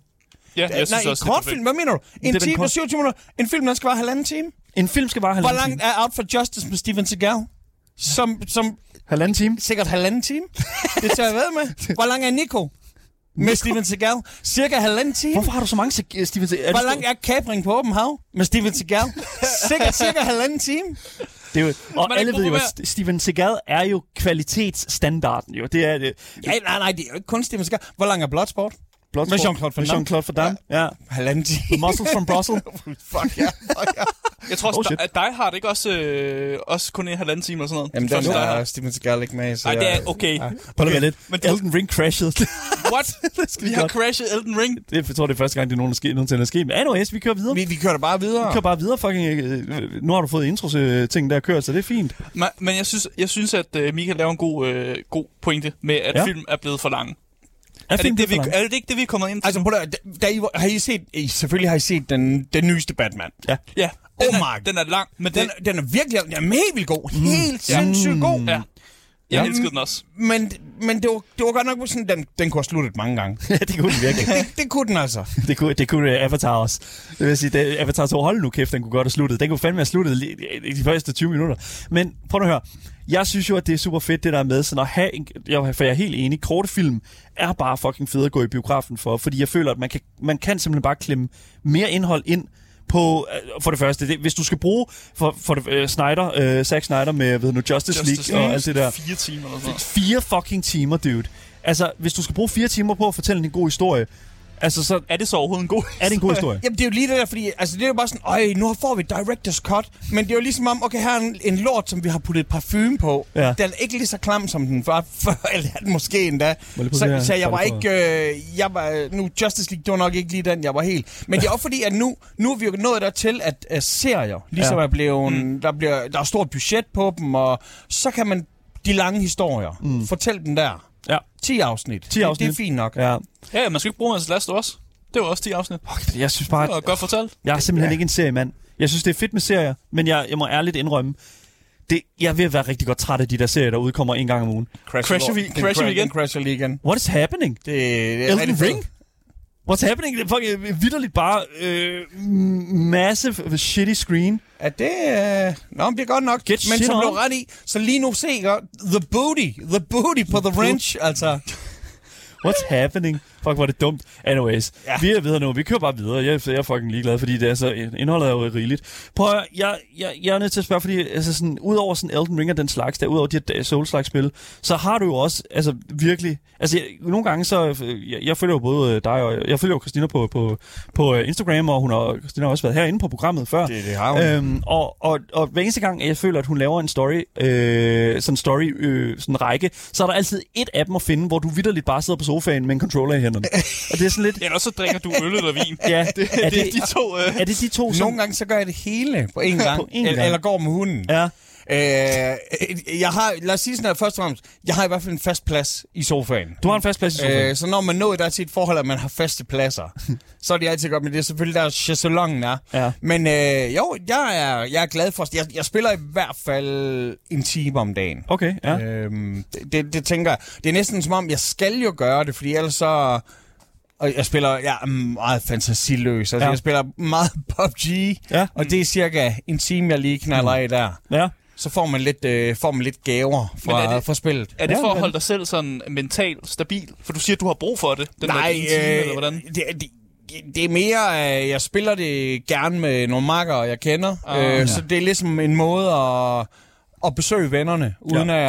Speaker 3: Ja, jeg
Speaker 2: Nej,
Speaker 3: synes
Speaker 2: en
Speaker 3: også,
Speaker 2: kortfilm, hvad mener du?
Speaker 1: er
Speaker 2: En
Speaker 1: den
Speaker 2: time
Speaker 1: kort-
Speaker 2: og 27 minutter. En film, der skal være halvanden time.
Speaker 1: En film skal bare
Speaker 2: Hvor
Speaker 1: halvanden
Speaker 2: langt
Speaker 1: time.
Speaker 2: er Out for Justice med Steven Seagal? Som, som
Speaker 1: Halvanden time?
Speaker 2: sikkert halvanden time. Det tager jeg ved med. Hvor lang er Nico? Med Steven Seagal. Cirka halvanden time.
Speaker 1: Hvorfor har du så mange sek- øh, Steven Seagal?
Speaker 2: Hvor lang er Kabring på åben hav? Med Steven Seagal. Sikkert cirka halvanden time.
Speaker 1: Det er jo, og
Speaker 3: man ikke
Speaker 1: alle ved jo, at
Speaker 3: promovere-
Speaker 1: St- Steven Seagal er jo kvalitetsstandarden. Jo. Det er øh, det.
Speaker 2: Ja, nej, nej, det er jo ikke kun Steven Seagal. Hvor lang er Bloodsport?
Speaker 1: Bloodsport.
Speaker 2: Med Jean-Claude Van
Speaker 1: Med
Speaker 2: Damme.
Speaker 1: Jean-Claude Van Damme. Ja. ja.
Speaker 2: Halvanden time.
Speaker 1: Muscles from Brussels.
Speaker 2: Fuck ja.
Speaker 3: Jeg tror også,
Speaker 1: Oh, shit.
Speaker 3: oh, at Die Hard ikke også, øh, også kun en halvanden time eller sådan noget.
Speaker 2: Jamen,
Speaker 3: Første
Speaker 2: den
Speaker 3: Die
Speaker 2: er
Speaker 3: Hard.
Speaker 2: Steven Seagal ikke med. Så
Speaker 3: Ej, det
Speaker 2: jeg-
Speaker 3: er okay.
Speaker 1: <laughs> Prøv lige at være lidt.
Speaker 3: Men det-
Speaker 1: Elden Ring <laughs> crashed.
Speaker 3: <laughs> What? Vi har
Speaker 1: godt.
Speaker 3: crashet Elden Ring.
Speaker 1: det, jeg tror, det er første gang, det er nogen, der sker, nogensinde er sket. Men anyways, vi kører videre. Vi
Speaker 2: Vi, vi kører da bare videre.
Speaker 1: kører bare videre, fucking. øh, øh, Nu har du fået intro-ting, der kørt, så det er fint.
Speaker 3: Men, men jeg synes, jeg synes at øh, Michael laver en god, øh, god pointe med, at
Speaker 1: Ja.
Speaker 3: ja. film er blevet for lang. Er,
Speaker 1: Er,
Speaker 3: det, ikke det, vi,
Speaker 1: vi...
Speaker 3: er det ikke det, vi er kommet ind til?
Speaker 2: Altså, prøv at, høre, da I, var- har I set, I, selvfølgelig har I set den, den nyeste Batman.
Speaker 1: Ja. <laughs>
Speaker 3: ja,
Speaker 2: Oh
Speaker 3: den, er,
Speaker 2: my-
Speaker 3: den er lang, men
Speaker 2: Den,
Speaker 3: den,
Speaker 2: den er virkelig den er helt vildt god. Helt sindssygt god.
Speaker 3: Mm. ja. Jeg elskede den også.
Speaker 2: Men, men det, var, det var godt nok sådan, den, den kunne have sluttet mange
Speaker 3: <laughs>
Speaker 2: gange.
Speaker 1: ja, det kunne den virkelig.
Speaker 2: det, det kunne den altså.
Speaker 1: <laughs> Det kunne, det kunne øh, Avatar også. Det vil sige, det, Avatar 2, hold nu kæft, den kunne godt have sluttet. Den kunne fandme have sluttet lige, øh, i de første 20 minutter. Men prøv nu at høre. Jeg synes jo, at det er super fedt, det der er med sådan at have en... Jeg, for jeg er helt enig, korte film er bare fucking fede at gå i biografen for, fordi jeg føler, at man kan, man kan simpelthen bare klemme mere indhold ind på, øh, for det første, det, hvis du skal bruge for, for det, øh, Snyder, øh, Zack Snyder med ved nu, Justice, Justice League og alt det der.
Speaker 3: Fire timer eller sådan noget.
Speaker 1: Fire fucking timer, dude. Altså, hvis du skal bruge fire timer på at fortælle en god historie, altså så
Speaker 3: Er det så overhovedet en god
Speaker 1: er det en god historie.
Speaker 2: Jamen, det er jo lige det der, fordi altså, det er jo bare sådan, øj, nu får vi director's cut. Men det er jo ligesom om, okay, her er en, en lort, som vi har puttet parfume på.
Speaker 1: Ja.
Speaker 2: Den er ikke lige så klam, som den var <laughs> før, eller er den måske endda.
Speaker 1: Må lige prøve det
Speaker 2: Så,
Speaker 1: her.
Speaker 2: så jeg var
Speaker 1: Bare lige
Speaker 2: ikke, øh, jeg var, nu Justice League, det var nok ikke lige den, jeg var helt. Men det er også fordi, at nu, nu er vi jo nået dertil, at uh, serier ligesom
Speaker 1: Ja.
Speaker 2: ja. er blevet, mm. der, bliver, der er stort budget på dem, og så kan man de lange historier, mm. fortæl dem der.
Speaker 1: Ja.
Speaker 2: 10 afsnit.
Speaker 1: 10
Speaker 2: Det, det
Speaker 1: afsnit.
Speaker 2: er fint nok.
Speaker 1: Ja.
Speaker 3: Ja, ja, man skal ikke bruge hans last også. Det var også 10 afsnit.
Speaker 1: Jeg synes bare,
Speaker 3: Det var godt fortalt.
Speaker 1: jeg er simpelthen ja. ikke en seriemand. Jeg synes, det er fedt med serier, men jeg, jeg må ærligt indrømme, det, jeg vil være rigtig godt træt af de der serier, der udkommer en gang om ugen.
Speaker 3: Crasher vi-
Speaker 2: Den
Speaker 3: crasher vi
Speaker 2: cra-
Speaker 3: igen?
Speaker 2: den Crasher lige igen.
Speaker 1: What is happening?
Speaker 2: Det, det
Speaker 1: Elden
Speaker 2: rigtig fedt.
Speaker 1: Ring? What's happening? Det er fucking vidderligt bare øh, massive shitty screen.
Speaker 2: Er det... Øh... Nå, men det er godt nok.
Speaker 1: Get
Speaker 2: men
Speaker 1: shit
Speaker 2: som du
Speaker 1: on.
Speaker 2: har ret i, så lige nu se, ikke? The booty. The booty på The Ranch, altså.
Speaker 1: What's happening? Fuck, hvor er det dumt. Anyways, ja.
Speaker 2: Ja.
Speaker 1: vi er videre nu. Vi kører bare videre. Jeg, jeg er fucking ligeglad, fordi det er så, indholdet er jo rigeligt. Prøv at, høre, jeg, jeg, jeg er nødt til at spørge, fordi altså sådan, udover sådan Elden Ring og den slags, der udover de her Souls-slags spil, så har du jo også altså, virkelig... Altså, jeg, nogle gange så... øh, Jeg, jeg følger jo både øh, dig og... Jeg følger jo Christina på, på, på øh, Instagram, og hun har, Christina har også været herinde på programmet før.
Speaker 2: Det- det har hun.
Speaker 1: Øhm, og, og, og hver eneste gang, at jeg føler, at hun laver en story, øh, sådan story øh, sådan række, så er der altid et af dem at finde, hvor du vidderligt bare sidder på sofaen med en controller i hænderne. og det er sådan
Speaker 2: <laughs>
Speaker 1: lidt...
Speaker 3: Eller så drikker du øl eller vin.
Speaker 1: Ja, det, er,
Speaker 3: det, det, er
Speaker 1: det,
Speaker 3: de to... Øh,
Speaker 1: er det de to, som...
Speaker 2: Nogle gange så gør jeg det hele på én
Speaker 1: <laughs>
Speaker 2: gang.
Speaker 1: På én
Speaker 2: eller,
Speaker 1: gang.
Speaker 2: eller går med hunden.
Speaker 1: Ja.
Speaker 2: Øh, jeg har, lad os sige sådan her, først og fremmest, jeg har i hvert fald en fast plads i sofaen.
Speaker 1: Du har en fast plads i sofaen.
Speaker 2: Øh, så når man når der til et forhold, at man har faste pladser,
Speaker 1: <laughs>
Speaker 2: så er det altid godt, men det er selvfølgelig der chaiselongen er.
Speaker 1: Ja.
Speaker 2: Men øh, jo, jeg er, jeg er glad for, jeg, jeg spiller i hvert fald en time om dagen.
Speaker 1: Okay, ja.
Speaker 2: Øhm, det, det, det tænker jeg. Det er næsten som om, jeg skal jo gøre det, fordi ellers så... Og jeg spiller jeg er meget fantasiløs. Altså,
Speaker 1: Ja.
Speaker 2: ja. jeg spiller meget <laughs> PUBG,
Speaker 1: Ja. Mm.
Speaker 2: og det er cirka en time, jeg lige knaller af der.
Speaker 1: ja.
Speaker 2: Så får man lidt, øh, får man lidt gaver
Speaker 3: Men er
Speaker 2: fra,
Speaker 3: det-
Speaker 2: fra spillet.
Speaker 3: er det for at
Speaker 1: men-
Speaker 3: holde dig selv sådan mentalt stabil? For du siger, at du har brug for det. Den der, time,
Speaker 2: øh,
Speaker 3: eller hvordan?
Speaker 2: Det, det, det er mere, øh, jeg spiller det gerne med nogle makker, jeg kender. Ah, øh,
Speaker 3: ja.
Speaker 2: Så det er ligesom en måde at, at besøge vennerne, uden, ja.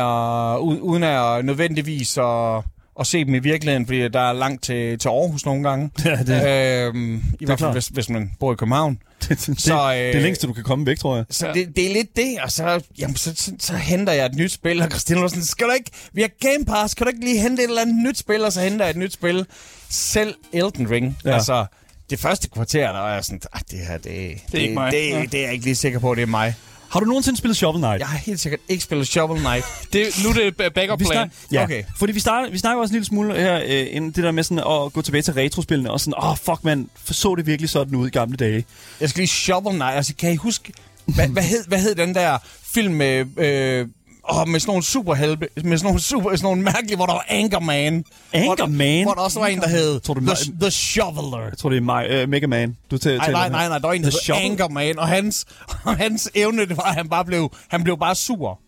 Speaker 2: at, u- uden at nødvendigvis at, at se dem i virkeligheden, fordi der er langt til, til Aarhus nogle gange.
Speaker 1: Ja, det-
Speaker 2: øhm, I hvert
Speaker 1: klart.
Speaker 2: fald, hvis, hvis man bor i København.
Speaker 1: <laughs> Det, det,
Speaker 2: Så, øh,
Speaker 1: det er længst, du kan komme væk, tror jeg.
Speaker 2: Så
Speaker 3: Ja.
Speaker 2: ja. det, det er lidt det, og så, jamen, så, så, så henter jeg et nyt spil, og Christina var sådan, skal du ikke, vi har Game Pass, kan du ikke lige hente et eller andet nyt spil, og så henter jeg et nyt spil. Selv Elden Ring,
Speaker 1: Ja.
Speaker 2: ja. altså det første kvarter, der var jeg sådan, "Ah, det her, det, det,
Speaker 3: er ikke mig."
Speaker 2: Det,
Speaker 3: Ja.
Speaker 2: det, er jeg ikke lige sikker på, det er mig.
Speaker 1: Har du nogensinde spillet Shovel Knight?
Speaker 2: Jeg har helt sikkert ikke spillet Shovel Knight.
Speaker 3: Det, nu er det ba- backup
Speaker 1: Vi
Speaker 3: plan.
Speaker 1: snak, ja, okay.
Speaker 2: Okay.
Speaker 1: Fordi vi, starter, vi snakker også en lille smule her, øh, inden det der med sådan at gå tilbage til retrospillene, og sådan, åh, oh, fuck mand, så det virkelig sådan ud i gamle dage?
Speaker 2: Jeg skal lige Shovel Knight, altså kan I huske, hvad, hvad, hed, hvad hed den der film med... Øh, og med sådan nogle superhelte, med sådan nogle, super, sådan nogle mærkelige, hvor der var Anchorman.
Speaker 1: Anchorman?
Speaker 2: Hvor, hvor der også var en, der hed
Speaker 1: Tror du,
Speaker 2: The,
Speaker 1: det var-
Speaker 2: The Shoveler.
Speaker 1: Jeg tror, det er mig, uh, Mega Man. Du tæ-
Speaker 2: Nej, nej, nej, nej, der var en, der
Speaker 1: The
Speaker 2: hed
Speaker 1: Shovel.
Speaker 2: Anchorman, og hans, og hans evne, det var, at han bare blev, han blev bare sur.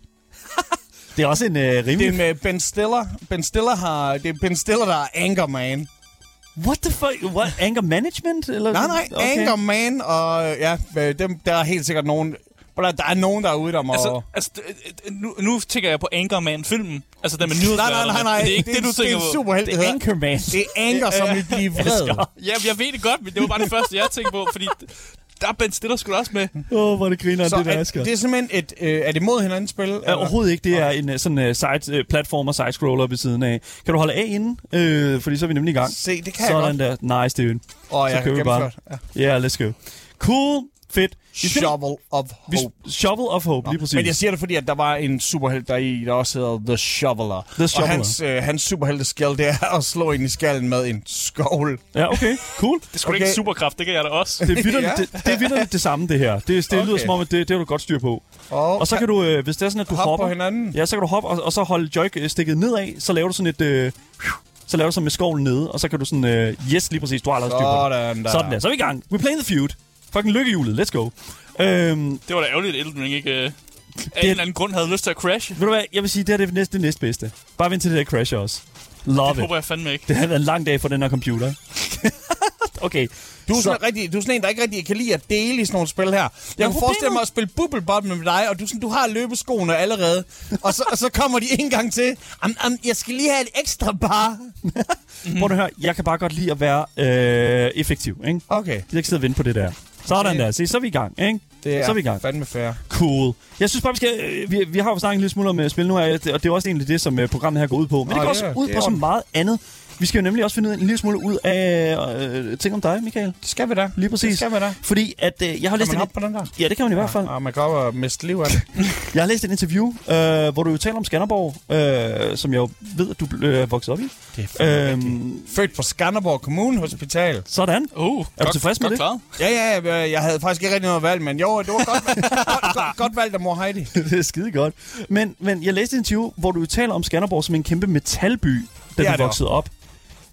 Speaker 1: Det er også en uh,
Speaker 2: Det er
Speaker 1: rimelig...
Speaker 2: med Ben Stiller. Ben Stiller har, det er Ben Stiller, der er Anchorman.
Speaker 1: What the fuck? What? Anger management? Eller
Speaker 2: Nej, nej, okay. Anchorman, og ja, øh, dem, der er helt sikkert nogen, hvor der, der er nogen, der er ude, der må...
Speaker 3: Altså, altså det- det- nu, nu tænker jeg på Anchorman-filmen. Altså den med
Speaker 2: nej, nej,
Speaker 3: nyhedsværterne.
Speaker 2: nej, nej,
Speaker 3: Det er ikke det,
Speaker 2: en-
Speaker 3: du
Speaker 2: det er
Speaker 3: tænker
Speaker 2: en
Speaker 3: på.
Speaker 2: superhelt,
Speaker 1: Det
Speaker 2: det
Speaker 1: er
Speaker 2: hedder.
Speaker 1: Anchorman.
Speaker 2: Det er anker, som vil blive vred.
Speaker 3: Ja, jeg ved det godt, men det var bare det første, jeg tænkte på, fordi der er Ben Stiller sgu da også med.
Speaker 1: Åh, oh, hvor er det griner,
Speaker 2: Så
Speaker 1: det der,
Speaker 2: er,
Speaker 1: Asger.
Speaker 2: det er simpelthen et... Øh, er det mod hinanden spil?
Speaker 1: Ja,
Speaker 2: eller?
Speaker 1: overhovedet ikke. Det er en øh, sådan uh, side, uh, platformer side-scroller ved siden af. Kan du holde af inden? Uh, fordi så er vi nemlig i gang.
Speaker 2: Se, det kan jeg
Speaker 1: Sådan jeg der. Nice, Steven.
Speaker 2: Åh, jeg har
Speaker 1: kører vi bare. Ja, yeah, let's go. Cool. Fedt. Vi skal-
Speaker 2: Shovel of
Speaker 1: Vi,
Speaker 2: Hope.
Speaker 1: shovel of Hope, lige præcis.
Speaker 2: Men jeg siger det, fordi at der var en superhelt der i, der også hedder The Shoveler.
Speaker 1: The Shoveler.
Speaker 2: Og hans, øh, hans superhelteskjald, det er at slå ind i skallen med en skovl.
Speaker 1: Ja, okay.
Speaker 2: <laughs>
Speaker 1: Cool.
Speaker 3: Det
Speaker 2: Okay.
Speaker 3: skulle okay. ikke en superkraft, det kan jeg da også.
Speaker 1: Det er vildt
Speaker 2: Ja.
Speaker 1: det, det, er vitterligt det samme, det her. Det, det lyder
Speaker 2: Okay.
Speaker 1: som om, at det, det har du godt styr på.
Speaker 2: Og,
Speaker 1: Og så kan du, øh, hvis det er sådan, at du
Speaker 2: Hoppe på
Speaker 1: hopper...
Speaker 2: hinanden.
Speaker 1: Ja, så kan du hoppe, og, og så holde joysticket nedad, så laver du sådan et... Øh, så laver du sådan med skovlen nede, og så kan du sådan... Øh, yes, lige præcis, du har allerede styr på det.
Speaker 2: Sådan der.
Speaker 1: Sådan der. Så er vi i gang. We're playing the feud. Fucking lykkehjulet. Let's go. Øhm, ved
Speaker 3: Det var da ærgerligt, at Elden Ring ikke øh, af en eller anden grund havde lyst til at crash.
Speaker 1: du hvad, jeg vil sige, det her det er næste, det næstbedste. Bare vent til det der crasher også. Love
Speaker 3: Det
Speaker 1: it.
Speaker 3: håber jeg fandme ikke.
Speaker 1: Det har været en lang dag for den her computer. <laughs> okay.
Speaker 2: Du er,
Speaker 1: så,
Speaker 2: sådan en rigtig, du er sådan en, der ikke rigtig kan lide at dele i sådan nogle spil her. Jeg kunne
Speaker 1: problemet-
Speaker 2: forestille mig at spille Bubble Bob med dig, og du, er sådan, du har løbeskoene allerede. og, så, og så kommer de en gang til. Am, am, jeg skal lige have et ekstra bar. Mhm.
Speaker 1: prøv nu at høre, jeg kan bare godt lide at være øh, effektiv, ikke?
Speaker 2: Okay.
Speaker 1: Jeg kan ikke sidde og vente på det der. Sådan
Speaker 2: Okay.
Speaker 1: der. Se, så er vi i gang, ikke?
Speaker 2: Det er
Speaker 1: så er vi i gang.
Speaker 2: fandme fair.
Speaker 1: Cool. Jeg synes bare, vi skal... Øh, vi, vi har jo snakket en lille smule om øh, spil nu, og det og det er også egentlig det, som øh, programmet her går ud på. Men det
Speaker 2: Åh,
Speaker 1: går
Speaker 2: Ah, ja,
Speaker 1: også ud
Speaker 2: det
Speaker 1: på
Speaker 2: er
Speaker 1: så
Speaker 2: ordentligt.
Speaker 1: meget andet. Vi skal jo nemlig også finde ud af en lille smule ud af øh, ting om dig, Michael.
Speaker 2: Det skal vi da.
Speaker 1: Lige præcis.
Speaker 2: Det skal vi da.
Speaker 1: Fordi at øh, jeg har læst
Speaker 2: man
Speaker 1: en-
Speaker 2: hoppe på den Ah, der?
Speaker 1: Ja, det kan man i hvert fald.
Speaker 2: Og man kan op og miste liv af
Speaker 1: <laughs>
Speaker 2: det.
Speaker 1: Jeg har læst et interview, øh, hvor du jo taler om Skanderborg, øh, som jeg jo ved, at du blev- øh, er vokset op i.
Speaker 2: Det er fandme
Speaker 1: Øhm,
Speaker 2: Født på Skanderborg Kommune Hospital.
Speaker 1: sådan.
Speaker 3: Uh,
Speaker 1: Er du tilfreds med det?
Speaker 3: Klaret.
Speaker 2: Ja, ja, jeg, jeg havde faktisk ikke rigtig noget valg, men jo, det var godt, godt, godt, godt valgt af mor Heidi.
Speaker 1: <laughs> det er skide godt. Men, men jeg læste et interview, hvor du jo taler om Skanderborg som en kæmpe metalby, da
Speaker 2: Det er
Speaker 1: du
Speaker 2: det
Speaker 1: voksede op.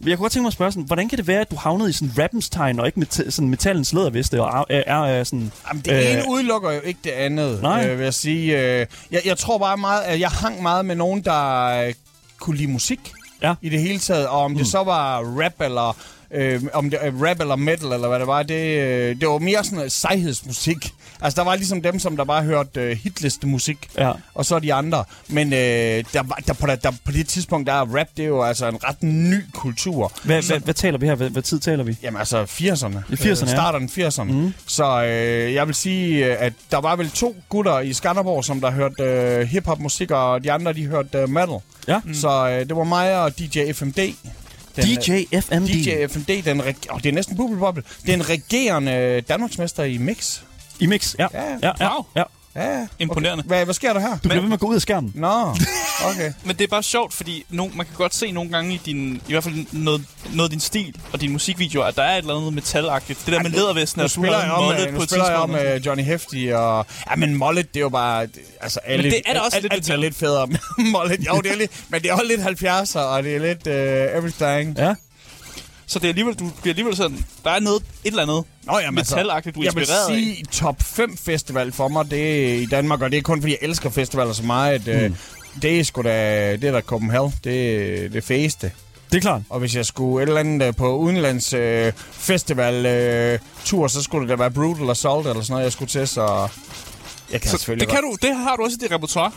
Speaker 1: Men Jeg kunne godt tænke mig at spørge sådan, hvordan kan det være, at du havnede i sådan rappens tegn, og ikke meta- sådan metallens læderveste, og er, er, er sådan...
Speaker 2: Jamen, det ene
Speaker 1: øh,
Speaker 2: udelukker jo ikke det andet,
Speaker 1: Nej.
Speaker 2: Øh, vil jeg sige. Øh, jeg, jeg tror bare meget, at jeg hang meget med nogen, der øh, kunne lide musik
Speaker 1: Ja.
Speaker 2: i det hele taget. Og om mm. det så var rap eller... Øh, om det, øh, rap eller metal, eller hvad det var, det, øh, det var mere sådan noget sejhedsmusik. Altså, der var ligesom dem, som der bare hørte øh, hitliste musik,
Speaker 1: Ja.
Speaker 2: og så de andre. Men øh, der, var- der, på, der, der, på det tidspunkt, der er rap, det er jo altså en ret ny kultur.
Speaker 1: Hvad,
Speaker 2: Så-
Speaker 1: hvad, hvad taler vi her? Hvad, hvad tid taler vi?
Speaker 2: Jamen altså 80'erne.
Speaker 1: I 80'erne, ja. Mhm.
Speaker 2: Starter den 80'erne. Mm. Så øh, jeg vil sige, øh, at der var vel to gutter i Skanderborg, som der hørte øh, hiphop musik, og de andre, de hørte øh, metal.
Speaker 1: Ja.
Speaker 2: Mm. Så øh, det var mig og DJ FMD. Den, øh,
Speaker 1: DJ FMD.
Speaker 2: DJ FMD, den reg- oh, det er næsten bubble bubble. Den regerende øh, Danmarksmester i mix.
Speaker 1: I mix, ja.
Speaker 2: Ja.
Speaker 1: ja, ja,
Speaker 3: Wow.
Speaker 1: ja.
Speaker 2: Ja,
Speaker 3: Imponerende.
Speaker 2: Hvad, hvad sker der her?
Speaker 1: Du bliver ved med at gå ud af skærmen.
Speaker 2: Nå, okay.
Speaker 3: Men det er bare sjovt, fordi no, man kan godt se nogle gange i din, i hvert fald noget, noget af din stil og dine musikvideoer, at der er et eller andet metalagtigt. Det der med lædervesten,
Speaker 2: Nu
Speaker 3: at du
Speaker 2: spiller
Speaker 3: havde
Speaker 2: jeg om,
Speaker 3: mollet
Speaker 2: øh, nu spiller jeg om øh, Johnny Hefti, og... Ja, men Mollet, det er jo bare... det- Altså, alle,
Speaker 3: det er da også
Speaker 2: alt-
Speaker 3: lidt
Speaker 2: alt er
Speaker 3: metal.
Speaker 2: lidt federe med <laughs> Mollet. Jo, det er lidt... Men det er også lidt 70'er, og det er lidt uh, everything.
Speaker 1: Ja.
Speaker 3: Så det er alligevel, du bliver alligevel sådan, der er noget, et eller andet
Speaker 2: Nå, jamen, altså-
Speaker 3: metalagtigt, du er
Speaker 2: jeg vil
Speaker 3: inspireret af.
Speaker 2: sige, top 5 festival for mig, det er i Danmark, og det er kun fordi, jeg elsker festivaler så meget. At, mm. Det er sgu da, det er da Copenhagen, det er det fedeste.
Speaker 1: Det er klart.
Speaker 2: Og hvis jeg skulle et eller andet øh, på udenlands øh, festival øh, tur, så skulle det da være Brutal Assault eller sådan noget, jeg skulle til, så... Jeg kan
Speaker 3: Så
Speaker 2: selvfølgelig
Speaker 3: det,
Speaker 2: godt-
Speaker 3: kan du, det har du også i dit repertoire.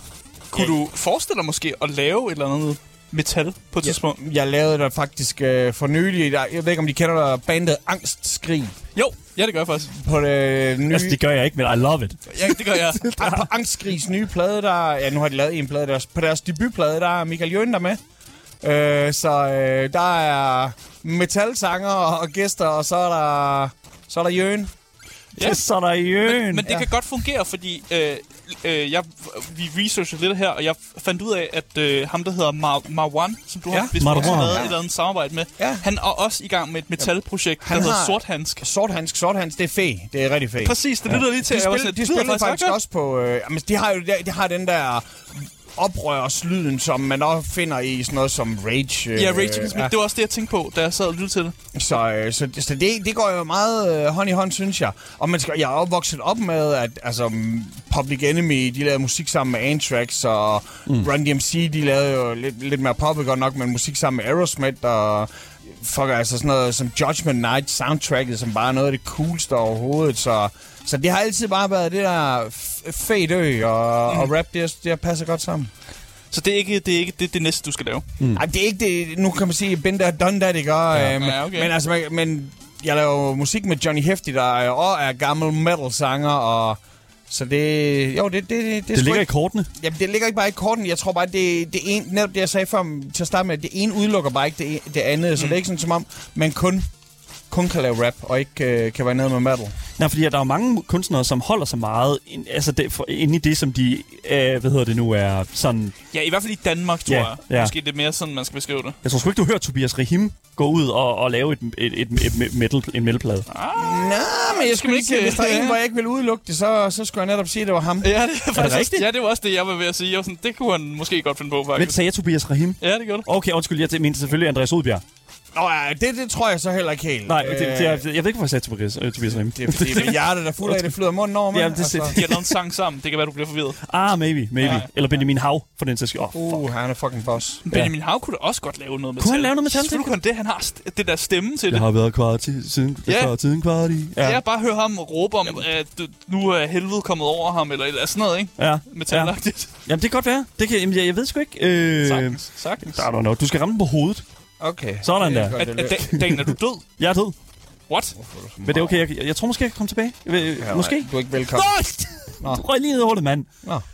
Speaker 3: Kunne du forestille dig måske at lave et eller andet metal på et tidspunkt?
Speaker 2: Jeg lavede der faktisk øh, for nylig, der, jeg ved ikke om de kender der bandet Angstskrig
Speaker 3: Jo, ja, det gør jeg faktisk.
Speaker 2: på det øh, nye...
Speaker 1: Altså, det gør jeg ikke, men I love it.
Speaker 3: Ja, <laughs> det gør
Speaker 2: <laughs>
Speaker 3: jeg.
Speaker 2: Ah, på Angstskrigs nye plade, der... Ja, nu har de lavet en plade der. På deres debutplade, der er Michael Jøn der med. Øh, så øh, der er metalsanger og, og gæster, og så er der, så er der Jøn.
Speaker 1: Ja.
Speaker 3: Ja.
Speaker 1: Så er der i øen.
Speaker 3: Men det kan godt fungere, fordi øh, øh, jeg, vi researchede lidt her, og jeg fandt ud af, at øh, ham, der hedder Mar- Marwan, som du
Speaker 2: Ja.
Speaker 3: har vist også
Speaker 1: Marwan.
Speaker 3: lavet
Speaker 1: Ja.
Speaker 3: et eller andet samarbejde med,
Speaker 2: Ja.
Speaker 3: han er også i gang med et metalprojekt, der
Speaker 2: Han
Speaker 3: hedder
Speaker 2: har-
Speaker 3: Sorthandsk.
Speaker 2: Sorthandsk, Sorthandsk, det er fæ. Det er rigtig fæ.
Speaker 3: Præcis, det lyder lige til,
Speaker 2: De,
Speaker 3: at jeg var
Speaker 2: spil,
Speaker 3: sådan,
Speaker 2: de
Speaker 3: det lyder
Speaker 2: spillede faktisk
Speaker 3: ret
Speaker 2: også på... Øh, jamen, de har jo de, de har den der oprørslyden, som man også finder i sådan noget som Rage. øh,
Speaker 3: Ja, Rage Against Me. Det var også det, jeg tænkte på, da jeg sad og lyttede til det.
Speaker 2: Så, øh, så, så det, det går jo meget øh, hånd i hånd, synes jeg. Og man skal, jeg er jo vokset op med, at altså, mm, Public Enemy, de lavede musik sammen med Anthrax, og mm. Run DMC, de lavede jo lidt, lidt mere poppet godt nok, men musik sammen med Aerosmith, og fuck, altså sådan noget som Judgment Night soundtracket, som bare er noget af det coolste overhovedet, så... Så det har altid bare været det der f- fade ø, og, mm. og rap, det, er- det passer godt sammen.
Speaker 3: Så det er ikke det, er ikke det, det næste, du skal lave.
Speaker 2: Mm. Ej, det er ikke det. Nu kan man sige, been there, done that, ikke? Og, ja.
Speaker 3: Ja, okay.
Speaker 2: Men altså, man, men jeg laver jo musik med Johnny Hefti, der er, og er gammel metal-sanger, og... Så det... Jo, det, det, det, det,
Speaker 1: Det ligger i kortene.
Speaker 2: Jamen, det ligger ikke bare i korten. Jeg tror bare, det, det ene... Netop det, jeg sagde før om- til at starte med, at det ene udelukker bare ikke det, e- det andet. Mm. Så det er ikke sådan, som om man kun, kun kan lave rap, og ikke øh, kan være nede med metal.
Speaker 1: Nej, fordi at der er jo mange kunstnere, som holder sig meget ind, altså det, for, inde i det, som de, øh, hvad hedder det nu, er sådan...
Speaker 3: Ja, i hvert fald i Danmark, tror
Speaker 1: Ja,
Speaker 3: jeg.
Speaker 1: ja.
Speaker 3: Måske det er mere sådan, man skal beskrive det.
Speaker 1: Jeg tror sgu ikke, du hører Tobias Rahim gå ud og, og lave et, et, et, et metal, en metalplade.
Speaker 2: Nå, men jeg
Speaker 3: Skal man
Speaker 2: skulle ikke...
Speaker 3: ikke-
Speaker 2: Hvis der er en, hvor jeg ikke vil udelukke det, så, så skulle jeg netop sige, at det var ham.
Speaker 3: Ja, det <laughs> er, faktisk også,
Speaker 1: rigtigt?
Speaker 3: ja, det var også det, jeg var ved at sige. Jeg var sådan, det kunne han måske godt finde på,
Speaker 1: Hvem
Speaker 3: faktisk.
Speaker 1: sagde jeg Tobias Rahim?
Speaker 3: Ja, det gjorde det.
Speaker 1: Okay, undskyld, jeg mente selvfølgelig Andreas Odbjerg.
Speaker 2: Nå, ja, det, det tror jeg så heller ikke helt.
Speaker 1: Nej, det, det, jeg, jeg ved ikke, hvorfor jeg sagde Tobias, øh, Tobias Rahim.
Speaker 2: Det er fordi, det er hjertet, der er fuld af, det flyder munden over mig. Altså,
Speaker 1: Jamen, det er
Speaker 3: De har lavet en sang sammen. Det kan være, du bliver forvirret.
Speaker 1: Ah, maybe, maybe. Ja. Eller Benjamin Hav, for den sags skyld. Åh, oh, fuck.
Speaker 2: Uh, han er fucking boss.
Speaker 3: Benjamin Hav kunne da også godt lave noget metal.
Speaker 1: han lave noget metal,
Speaker 3: Selvfølgelig kunne han det. Han har st- det der stemme til det.
Speaker 1: har været kvart i, siden,
Speaker 3: Ja.
Speaker 1: siden kvart i.
Speaker 3: Ja.
Speaker 1: Ja,
Speaker 3: Jeg bare høre ham råbe om, at du- nu er helvede kommet over ham, eller, eller sådan noget, ikke?
Speaker 1: ja. ja.
Speaker 3: Metalagtigt.
Speaker 1: Jamen, det kan godt være. Det kan, jamen, jeg, jeg ved sgu ikke. Øh,
Speaker 3: Sagtens, sagtens.
Speaker 1: der er der noget. Du skal ramme den på hovedet.
Speaker 2: Okay.
Speaker 1: Sådan der.
Speaker 3: At, at da- dagen er du død?
Speaker 1: Jeg er død.
Speaker 3: What?
Speaker 1: Men det er okay. Jeg, jeg tror måske, jeg kan komme tilbage. Jeg ved, ja, måske.
Speaker 2: Du er ikke velkommen.
Speaker 1: Nå! Du røg lige ned i hullet, mand.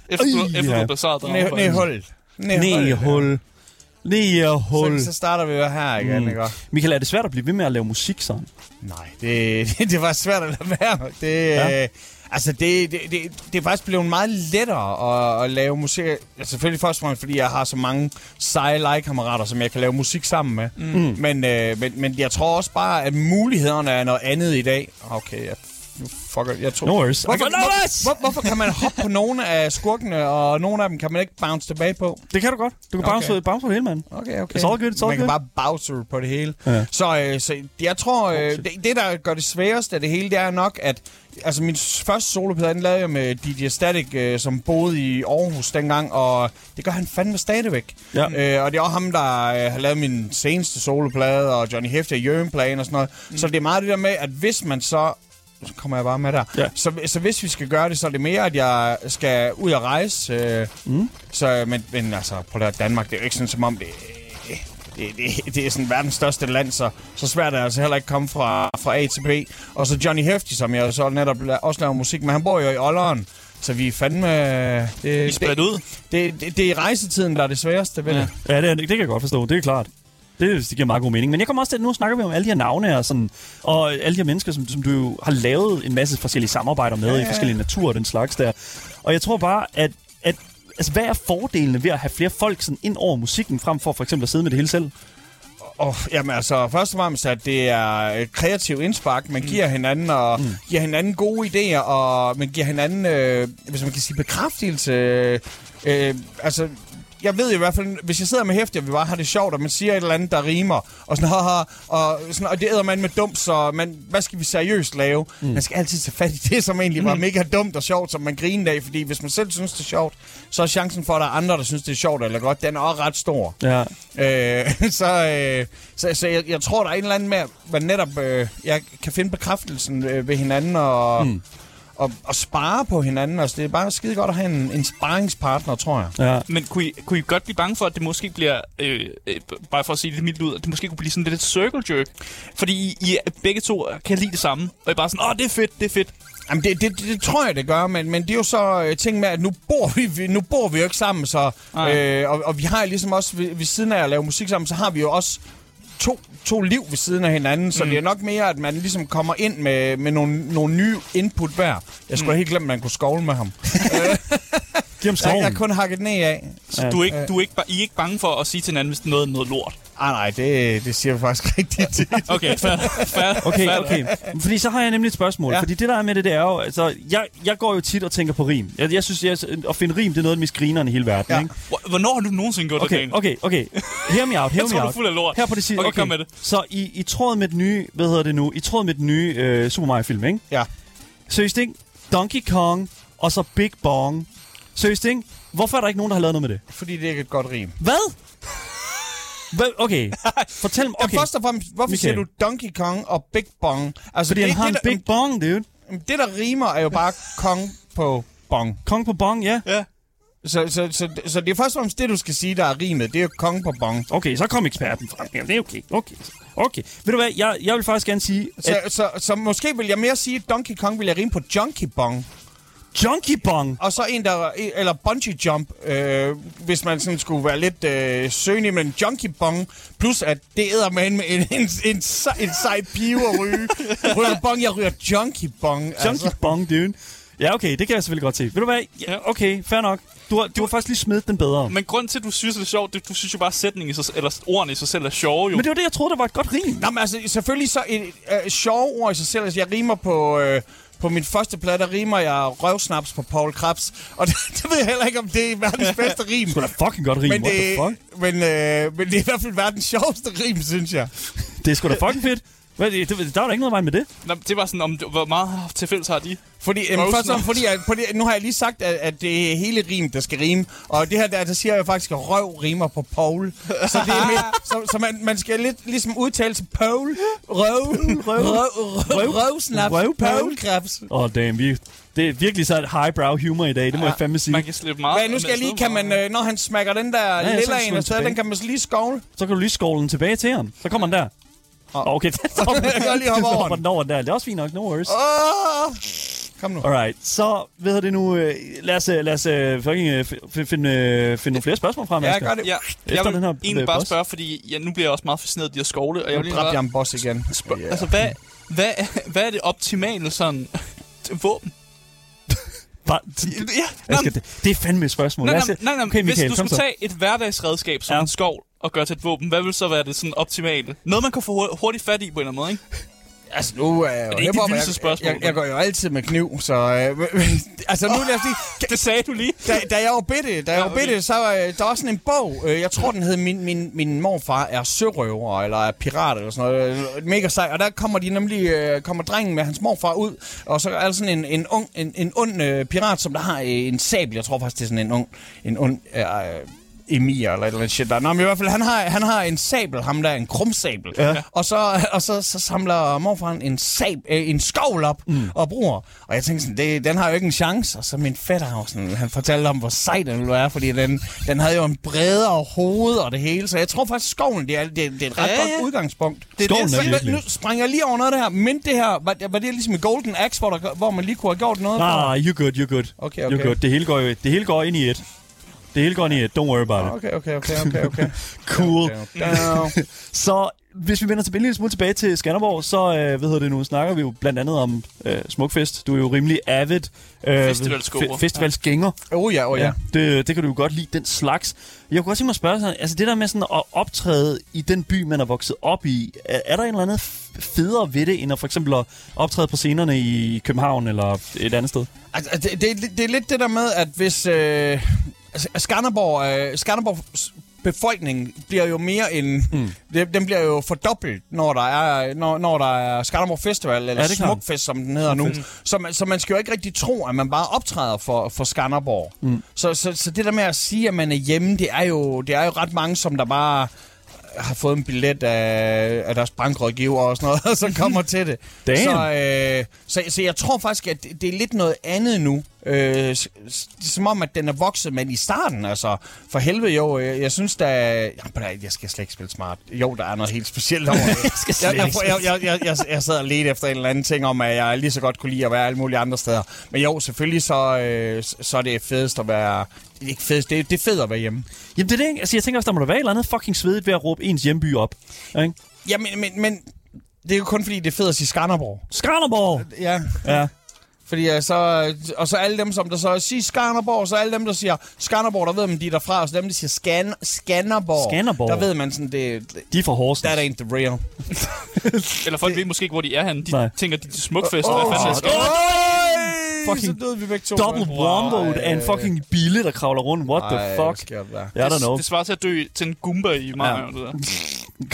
Speaker 3: Efter, du,
Speaker 1: Ej,
Speaker 3: efter du
Speaker 1: ja.
Speaker 3: er besejret dig.
Speaker 2: Næ- Næhul.
Speaker 1: Ned i hul. Ned i hul.
Speaker 2: Så, så starter vi jo her igen,
Speaker 1: Mm.
Speaker 2: mm. ikke? også?
Speaker 1: Michael, er det svært at blive ved med at lave musik sådan?
Speaker 2: Nej, det, <laughs> det, det var svært at lade være. Det,
Speaker 1: Ja.
Speaker 2: ja. øh, altså, det, det, det, det er faktisk blevet meget lettere at, at lave musik. Ja, selvfølgelig først og fremmest, fordi jeg har så mange seje legekammerater, som jeg kan lave musik sammen med. Mm. Men, øh, men, men jeg tror også bare, at mulighederne er noget andet i dag. Okay, jeg, nu fucker, jeg tror...
Speaker 1: No worries. I
Speaker 2: Hvorfor,
Speaker 1: got no worries!
Speaker 2: hvor, hvor, hvorfor kan man hoppe på nogle af skurkene, og nogle af dem kan man ikke bounce tilbage på?
Speaker 1: Det kan du godt. Du kan
Speaker 2: Okay.
Speaker 1: bounce, bounce på det hele, mand.
Speaker 2: Okay, okay.
Speaker 1: It's all good, it's all
Speaker 2: Man kan
Speaker 1: good.
Speaker 2: bare Bowser på det hele.
Speaker 1: Ja.
Speaker 2: Ja. Så, øh, så jeg tror, øh, det, det, der gør det sværeste af det hele, det er nok, at altså, min s- første soloplade, den lavede jeg med DJ Static, øh, som boede i Aarhus dengang, og det gør han fandme stadigvæk.
Speaker 1: Ja.
Speaker 2: Øh, og det er også ham, der øh, har lavet min seneste soloplade, og Johnny Hefte og Jørgenpladen og sådan noget. Mm. Så det er meget det der med, at hvis man så så kommer jeg bare med der.
Speaker 1: Ja.
Speaker 2: Så, så hvis vi skal gøre det, så er det mere, at jeg skal ud og rejse. Øh, mm. så, men, men altså, på det Danmark, det er jo ikke sådan, som om det, det, det, det er sådan verdens største land, så, så svært er det altså heller ikke at komme fra, fra A til B. Og så Johnny Hefti, som jeg så netop la- også laver musik med, han bor jo i Olleren. Så vi er fandme... øh, Det,
Speaker 3: I spredt ud.
Speaker 2: Det, det, det er rejsetiden, der er det sværeste ved ja. det.
Speaker 1: Ja, det, er- det kan jeg godt forstå. Det er klart. Det, det giver meget god mening. Men jeg kommer også til, at nu snakker vi om alle de her navne og, sådan, og alle de her mennesker, som, som du jo har lavet en masse forskellige samarbejder med ja, ja. i forskellige naturer og den slags der. Og jeg tror bare, at, at altså, hvad er fordelene ved at have flere folk sådan ind over musikken, frem for for eksempel at sidde med det hele selv?
Speaker 2: Oh, jamen altså, først og fremmest, at det er et kreativt indspark, man mm. giver hinanden, og mm. giver hinanden gode idéer, og man giver hinanden, øh, hvis man kan sige, bekræftelse. Øh, altså, jeg ved i hvert fald, hvis jeg sidder med hæfte, og vi bare har det sjovt, og man siger et eller andet, der rimer, og sådan, haha, og, sådan, og det æder man med dumt, så man, hvad skal vi seriøst lave? Mm. Man skal altid tage fat i det, som egentlig var mega dumt og sjovt, som man griner af, fordi hvis man selv synes, det er sjovt, så er chancen for, at der er andre, der synes, det er sjovt eller godt, den er også ret stor.
Speaker 1: Ja.
Speaker 2: Øh, <laughs> så øh, så, så jeg, jeg tror, der er en eller anden med, hvor netop øh, jeg kan finde bekræftelsen øh, ved hinanden og, mm. og, og spare på hinanden. Altså, det er bare skide godt at have en, en sparringspartner, tror jeg.
Speaker 1: ja.
Speaker 3: Men kunne I, kunne I godt blive bange for, at det måske bliver, øh, øh, bare for at sige det mildt ud, at det måske kunne blive sådan lidt et circle jerk? Fordi I, I begge to kan lide det samme, og I er bare sådan, åh, det er fedt, det er fedt.
Speaker 2: Jamen, det, det, det, det tror jeg, det gør, men, men det er jo så øh, ting med, at nu bor vi, vi, nu bor vi jo ikke sammen, så,
Speaker 3: Nej.
Speaker 2: øh, og, og vi har jo ligesom også, ved, ved siden af at lave musik sammen, så har vi jo også to, to liv ved siden af hinanden, så mm. det er nok mere, at man ligesom kommer ind med, med nogle, nogle nye input hver. Jeg skulle mm. helt glemme, at man kunne skovle med ham.
Speaker 1: Giv ham
Speaker 2: Jeg, jeg
Speaker 1: skoven.
Speaker 2: har kun hakket ned af.
Speaker 3: Så du er ikke, du er ikke, ba- I er ikke bange for at sige til hinanden, hvis det er noget, noget lort.
Speaker 2: Ah, nej, det, det siger vi faktisk <laughs> rigtigt til.
Speaker 3: Okay, fair, fair,
Speaker 1: Okay,
Speaker 3: fair.
Speaker 1: okay. Fordi så har jeg nemlig et spørgsmål. Ja.
Speaker 2: Ja.
Speaker 1: Fordi det, der er med det, det er jo... Altså, jeg, jeg går jo tit og tænker på rim. Jeg, jeg synes, jeg, at finde rim, det er noget af mis grinerne i hele verden, ja.
Speaker 2: Ja.
Speaker 1: ikke?
Speaker 3: Hvor- Hvornår har du nogensinde gjort det,
Speaker 1: Okay,
Speaker 3: Daniel?
Speaker 1: okay, okay. Hear me out, hear
Speaker 3: Jeg
Speaker 1: me
Speaker 3: tror, du
Speaker 1: out.
Speaker 3: er fuld af lort.
Speaker 1: Her på det sidste.
Speaker 3: Okay, kom med det.
Speaker 1: Så i, i tråd med den nye, hvad hedder det nu? I tråd med den nye øh, Super Mario-film, ikke?
Speaker 2: ja.
Speaker 1: Seriøst, ikke? Donkey Kong, og så Big Bong. Seriøst, ikke? Hvorfor er der ikke nogen, der har lavet noget med det?
Speaker 2: Fordi det er ikke et godt rim.
Speaker 1: Hvad? Hvad?
Speaker 3: <laughs>
Speaker 1: Okay, fortæl mig.
Speaker 2: Okay.
Speaker 1: Okay.
Speaker 2: Først og fremmest, hvorfor
Speaker 1: Michael.
Speaker 2: Michael. siger du Donkey Kong og Big Bong? Altså,
Speaker 1: Fordi han har en
Speaker 2: det,
Speaker 1: Big Bong, dude.
Speaker 2: der, det, der rimer, er jo bare Kong på Bong.
Speaker 1: Kong på Bong, ja.
Speaker 2: Så, så, så, så det er først og fremmest det, du skal sige, der er rimet. Det er jo Kong på Bong.
Speaker 1: Okay, så kom eksperten frem. Jamen, det er okay. Okay. Okay. Ved du hvad? Jeg, jeg vil faktisk gerne sige,
Speaker 2: Så,
Speaker 1: at
Speaker 2: så, så, så måske vil jeg mere sige, Donkey Kong vil jeg rime på Junkie Bong.
Speaker 1: Junkie Bong...
Speaker 2: Og så en, der... Eller Bungee Jump, øh, hvis man sådan skulle være lidt øh, søgende. Men Junkie Bong, plus at det æder med en, en, en, en, sej- en sej pive at ryge. Ryger bong, jeg ryger Junkie Bong. altså.
Speaker 1: Junkie Bong, dude. Ja, okay, det kan jeg selvfølgelig godt se. Ved du hvad? Ja, okay, fair nok. Du har, du har faktisk lige smidt den bedre. Men
Speaker 3: Men grund til, at du synes, det er sjovt, det, du synes jo bare, at sætningen i sig, eller ordene i sig selv er sjove, jo.
Speaker 1: det var det, jeg troede, der var et godt rim.
Speaker 2: Nå, men altså, selvfølgelig så et, øh, sjove ord i sig selv. Altså, jeg rimer på... Øh, på min første plade, der rimer jeg røvsnaps på Paul Krebs. Og det, <laughs> det ved jeg heller ikke, om det er verdens bedste
Speaker 1: <laughs>
Speaker 2: rim.
Speaker 1: Det var da fucking godt rim.
Speaker 2: Men det,
Speaker 1: What the
Speaker 2: men, øh, men det er i hvert fald verdens sjoveste rim, synes jeg.
Speaker 1: fuck? Det er sgu da fucking fedt. Hvad, det, det, der var da ikke noget vej med det.
Speaker 3: Nå, det var sådan, om, du- hvor meget til fælles har de?
Speaker 2: Fordi, øhm,
Speaker 3: Rosen
Speaker 2: først, og
Speaker 3: også.
Speaker 2: fordi at, fordi, nu har jeg lige sagt, at, at det er hele rim, der skal rime. Og det her, der, der siger jeg faktisk, at røv rimer på Paul. Så, det er mere, så, så man, man skal lidt ligesom udtale til Paul. Røv, røv, røv, røvsnaps,
Speaker 1: Røv-
Speaker 2: røv, Paul Krebs.
Speaker 1: Åh, oh, damn, vi, det er virkelig så et highbrow humor i dag, det må ja, jeg fandme sige.
Speaker 3: Man kan slippe meget.
Speaker 2: Men nu skal jeg lige, kan man, øh, når han smækker den der
Speaker 1: ja, så
Speaker 2: ja, lilla
Speaker 1: smider
Speaker 2: en
Speaker 1: den
Speaker 2: afsted,
Speaker 1: tilbage.
Speaker 2: den kan man så lige skovle.
Speaker 1: Så kan du lige skovle den tilbage til ham. Så kommer han der. Oh. Okay, <laughs> det
Speaker 2: <laughs> Jeg kan lige hoppe over den.
Speaker 1: over den der. Det er også fint nok, no worries.
Speaker 2: Åh! Kom nu.
Speaker 1: Alright, så hvad hedder det nu? øh, Lad os, øh, lad os øh, fucking øh, fi- fi- finde, øh, finde nogle flere spørgsmål frem,
Speaker 2: Ja,
Speaker 1: Asger.
Speaker 2: gør øh, det.
Speaker 3: Ja,
Speaker 1: Efter
Speaker 3: jeg vil
Speaker 1: den her, øh,
Speaker 3: egentlig bare
Speaker 1: boss.
Speaker 3: spørge, fordi ja, nu bliver jeg også meget fascineret af de her skovle, og jeg
Speaker 2: Nu
Speaker 3: vil lige
Speaker 2: dræbte jeg
Speaker 3: bare
Speaker 2: en boss igen.
Speaker 3: spørge,
Speaker 2: Ja.
Speaker 3: altså, hvad, hvad, <laughs> hvad er det optimale sådan <laughs> våben?
Speaker 1: Bare,
Speaker 3: Ja, nej,
Speaker 1: Asger, det, det er fandme et spørgsmål.
Speaker 3: nej,
Speaker 1: Lad
Speaker 3: nej,
Speaker 1: os se-
Speaker 3: nej, nej,
Speaker 1: okay, Michael,
Speaker 3: hvis du
Speaker 1: kom så.
Speaker 3: skulle tage et hverdagsredskab som
Speaker 1: Ja.
Speaker 3: en skov og gøre til et våben, hvad vil så være det sådan optimale? Noget, man kan få hur- hurtigt fat i på en eller anden måde, ikke?
Speaker 2: Altså, nu er jeg jo
Speaker 3: det ikke
Speaker 2: Ebber,
Speaker 3: det
Speaker 2: men
Speaker 3: vildeste spørgsmål?
Speaker 2: Jeg, jeg, jeg går jo altid med kniv, så... Øh, <laughs> men- men- altså, nu lad os lige...
Speaker 3: Det sagde du lige.
Speaker 2: Da, da jeg var bitte, da jeg var bitte så øh, der var sådan en bog, øh, jeg tror, den hed Min, min, min morfar er sørøver, eller er pirat, eller sådan noget. Øh, Mega sej. Og der kommer de nemlig, øh, kommer drengen med hans morfar ud, og så er der sådan en, en, ung, en, en ond øh, pirat, som der har øh, en sabel. Jeg tror faktisk, det er sådan en ung... En ond, øh, Emir eller et eller andet shit der. Nå, men i hvert fald, han har, han har en sabel, ham der, er en krumsabel. Ja. Og, så, og så, så samler morfaren en, sab, øh, en skovl op mm. og bruger. Og jeg tænkte sådan, det, den har jo ikke en chance. Og så min fætter, han, var sådan, han fortalte om, hvor sej den ville være, fordi den, den havde jo en bredere hoved og det hele. Så jeg tror faktisk, skoven, det er, det, det er et ret
Speaker 3: Ja,
Speaker 2: ja, godt
Speaker 3: ja.
Speaker 2: udgangspunkt.
Speaker 1: er Skoven det, jeg er
Speaker 2: så,
Speaker 1: virkelig-
Speaker 2: Nu springer jeg lige over noget af det her. Men det her, var, var det ligesom i Golden Axe, hvor, der, hvor man lige kunne have gjort noget?
Speaker 1: Nej, nej, Ah, you're good, you're good.
Speaker 2: Okay,
Speaker 1: You're
Speaker 2: okay.
Speaker 1: good. Det hele går, jo- det hele går ind i et. Det hele går ind i et. Don't worry about it.
Speaker 2: Okay, okay, okay, okay, okay.
Speaker 1: Cool. <laughs>
Speaker 2: Down.
Speaker 1: Så hvis vi vender til en lille smule tilbage til Skanderborg, så øh, hvad hedder det nu, snakker vi jo blandt andet om øh, Smukfest. Du er jo rimelig avid øh,
Speaker 3: Festivalsgåer.
Speaker 1: fe- festivalsgænger.
Speaker 2: Oh ja, oh ja.
Speaker 1: Ja, det, det kan du jo godt lide, den slags. Jeg kunne også tænke mig at spørge sådan, altså det der med sådan at optræde i den by, man er vokset op i, er, er der en eller anden f- federe ved det, end at for eksempel at optræde på scenerne i København eller et andet sted?
Speaker 2: Altså, altså, det, det, det er lidt det der med, at hvis øh, altså, Skanderborg, øh, Skanderborgs befolkning bliver jo mere end... Mm. Den bliver jo fordoblet, når der er, når, når der er Skanderborg Festival, eller
Speaker 1: Ja,
Speaker 2: ja,
Speaker 1: det er klart.
Speaker 2: Smukfest, som den hedder nu. Så man, så man skal jo ikke rigtig tro, at man bare optræder for, for Skanderborg. Mm. Så, så, så det der med at sige, at man er hjemme, det er jo, det er jo ret mange, som der bare har fået en billet af, af deres bankrådgiver og sådan noget, <laughs> og så kommer til det.
Speaker 1: Damn.
Speaker 2: Så, øh, så, så jeg tror faktisk, at det, det er lidt noget andet nu. Øh, s- s- det er som om, at den er vokset, men i starten, altså, for helvede jo, øh, jeg, jeg synes da... Jamen, ved du hvad, jeg skal slet ikke spille smart. Jo, der er noget helt
Speaker 1: <laughs>
Speaker 2: specielt over det. jeg,
Speaker 1: skal slet
Speaker 2: jeg, jeg,
Speaker 1: ikke
Speaker 2: jeg, jeg, jeg, jeg, jeg sad og ledte efter en eller anden ting om, at jeg lige så godt kunne lide at være alle mulige andre steder. Men jo, selvfølgelig så, øh, s- så er det fedest at være... Det er ikke fedest, det, er- det er fedt at være hjemme.
Speaker 1: Jamen det er det, ikke? altså jeg tænker også, der må da være et eller andet fucking svedigt ved at råbe ens hjemby op. Ikke?
Speaker 2: Ja, men, men, men det er jo kun fordi, det er fedest i Skanderborg.
Speaker 1: Skanderborg!
Speaker 2: Ja.
Speaker 1: Ja.
Speaker 2: Fordi øh, så, og så alle dem, som der så siger Skanderborg, så alle dem, der siger Skanderborg, der ved man, de er derfra. Og så dem, der siger Skan Skanderborg,
Speaker 1: Skanderborg.
Speaker 2: der ved man sådan, det, det-
Speaker 1: De er fra Horsens.
Speaker 2: that ain't the real.
Speaker 3: Eller folk ved måske ikke, hvor de er henne. De
Speaker 1: Nej.
Speaker 3: tænker, de er til smukfest. Oh, hvad fanden er
Speaker 2: Øj,
Speaker 3: der
Speaker 2: så
Speaker 1: Fucking
Speaker 2: døde vi begge to.
Speaker 1: Double
Speaker 2: mand.
Speaker 1: Womboed
Speaker 2: Ej,
Speaker 1: af en fucking bille, der kravler rundt. What the
Speaker 2: ej,
Speaker 1: fuck?
Speaker 2: skørt, hva'?
Speaker 1: I don't know.
Speaker 3: Det svarer til at dø til en gumba i Mario. Ja.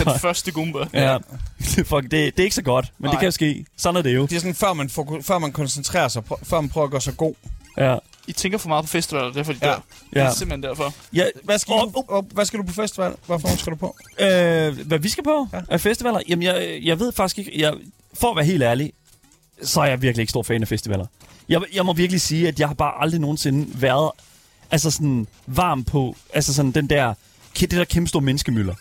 Speaker 3: Den
Speaker 1: <laughs>
Speaker 3: første gumba.
Speaker 1: Ja. Fuck, det, det er ikke så godt, men Nej. det
Speaker 2: Nej.
Speaker 1: kan jo ske. Sådan er det jo.
Speaker 2: Det er sådan, før man, foku- før man koncentrerer sig, pr- før man prøver at gøre sig god.
Speaker 1: Ja.
Speaker 3: I tænker for meget på festivaler, og derfor er de
Speaker 2: Ja.
Speaker 3: dør. Det
Speaker 1: Ja.
Speaker 3: er simpelthen derfor.
Speaker 1: ja
Speaker 2: Hvad skal,
Speaker 1: og,
Speaker 2: oh, oh. Oh, hvad skal du på festival? Hvorfor skal du på?
Speaker 1: øh, hvad vi skal på ja. af festivaler? Jamen, jeg, jeg ved faktisk ikke... Jeg, for at være helt ærlig, så er jeg virkelig ikke stor fan af festivaler. Jeg, jeg må virkelig sige, at jeg har bare aldrig nogensinde været altså sådan varm på altså sådan den der, det der kæmpe store menneskemøller.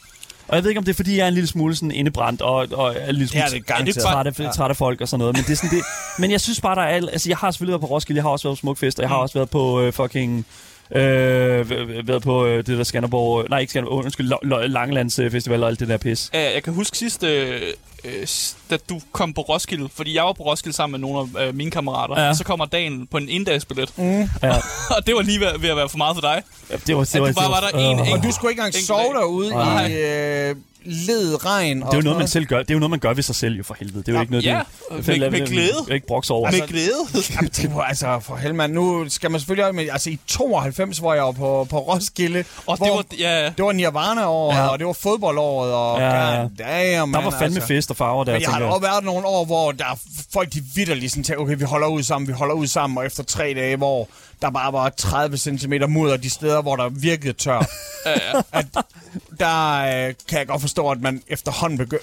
Speaker 1: Og jeg ved ikke, om det er, fordi jeg er en lille smule sådan indebrændt, og, og er en lille smule
Speaker 2: Det er det garanteret.
Speaker 1: træt, af, ja. træt af folk og sådan noget. Men, det er sådan, det, men jeg synes bare, der er... al- Altså, jeg har selvfølgelig været på Roskilde, jeg har også været på Smukfest, og jeg har også været på øh, fucking... Øh, væ- været på øh, det der Skanderborg... Nej, ikke Skanderborg, undskyld, Lo- Lo- Langelands øh, Festival og alt det der pis.
Speaker 3: Ja, jeg kan huske sidst, øh, øh, s- da du kom på Roskilde, fordi jeg var på Roskilde sammen med nogle af øh, mine kammerater,
Speaker 1: Ja.
Speaker 3: ja. så kommer dagen på en inddagsbillet, mm.
Speaker 1: Ja,
Speaker 3: <laughs> og det var lige ved, ved at være for meget for dig.
Speaker 1: det var,
Speaker 3: At
Speaker 1: det
Speaker 3: du bare var der en,
Speaker 1: øh,
Speaker 3: en
Speaker 2: Og du skulle ikke engang
Speaker 3: Enkelt
Speaker 2: sove
Speaker 3: dag.
Speaker 2: derude
Speaker 1: Nej.
Speaker 2: i øh, led regn.
Speaker 1: Det er jo noget, man selv gør. Det er jo noget, man gør ved sig selv, jo for helvede. Det er jo ikke noget,
Speaker 3: ja.
Speaker 1: det-
Speaker 3: Med-
Speaker 1: det er
Speaker 3: med
Speaker 1: det-
Speaker 3: glæde.
Speaker 1: det er ikke brokse over.
Speaker 3: Altså, med glæde.
Speaker 2: Jamen, altså, for helvede, nu skal man selvfølgelig også med, altså i 92, hvor jeg var på, på Roskilde,
Speaker 3: og det
Speaker 2: hvor-
Speaker 3: var, ja,
Speaker 2: det var Nirvana-året,
Speaker 1: Ja.
Speaker 2: ja. og det var fodboldåret, og
Speaker 1: Ja,
Speaker 2: ja,
Speaker 1: ja.
Speaker 2: ja. damn,
Speaker 1: Der var fandme
Speaker 2: altså.
Speaker 1: fest og farver der,
Speaker 2: Men jeg har
Speaker 1: tænker
Speaker 2: da
Speaker 1: jeg.
Speaker 2: også været nogle år, hvor der er folk, de vidderligt sådan tænker, okay, vi holder ud sammen, vi holder ud sammen, og efter tre dage, hvor der bare var 30 cm mudder de steder, hvor der virkede
Speaker 1: <laughs>
Speaker 2: tør. at, der øh, kan jeg godt forstå, at man efterhånden begynder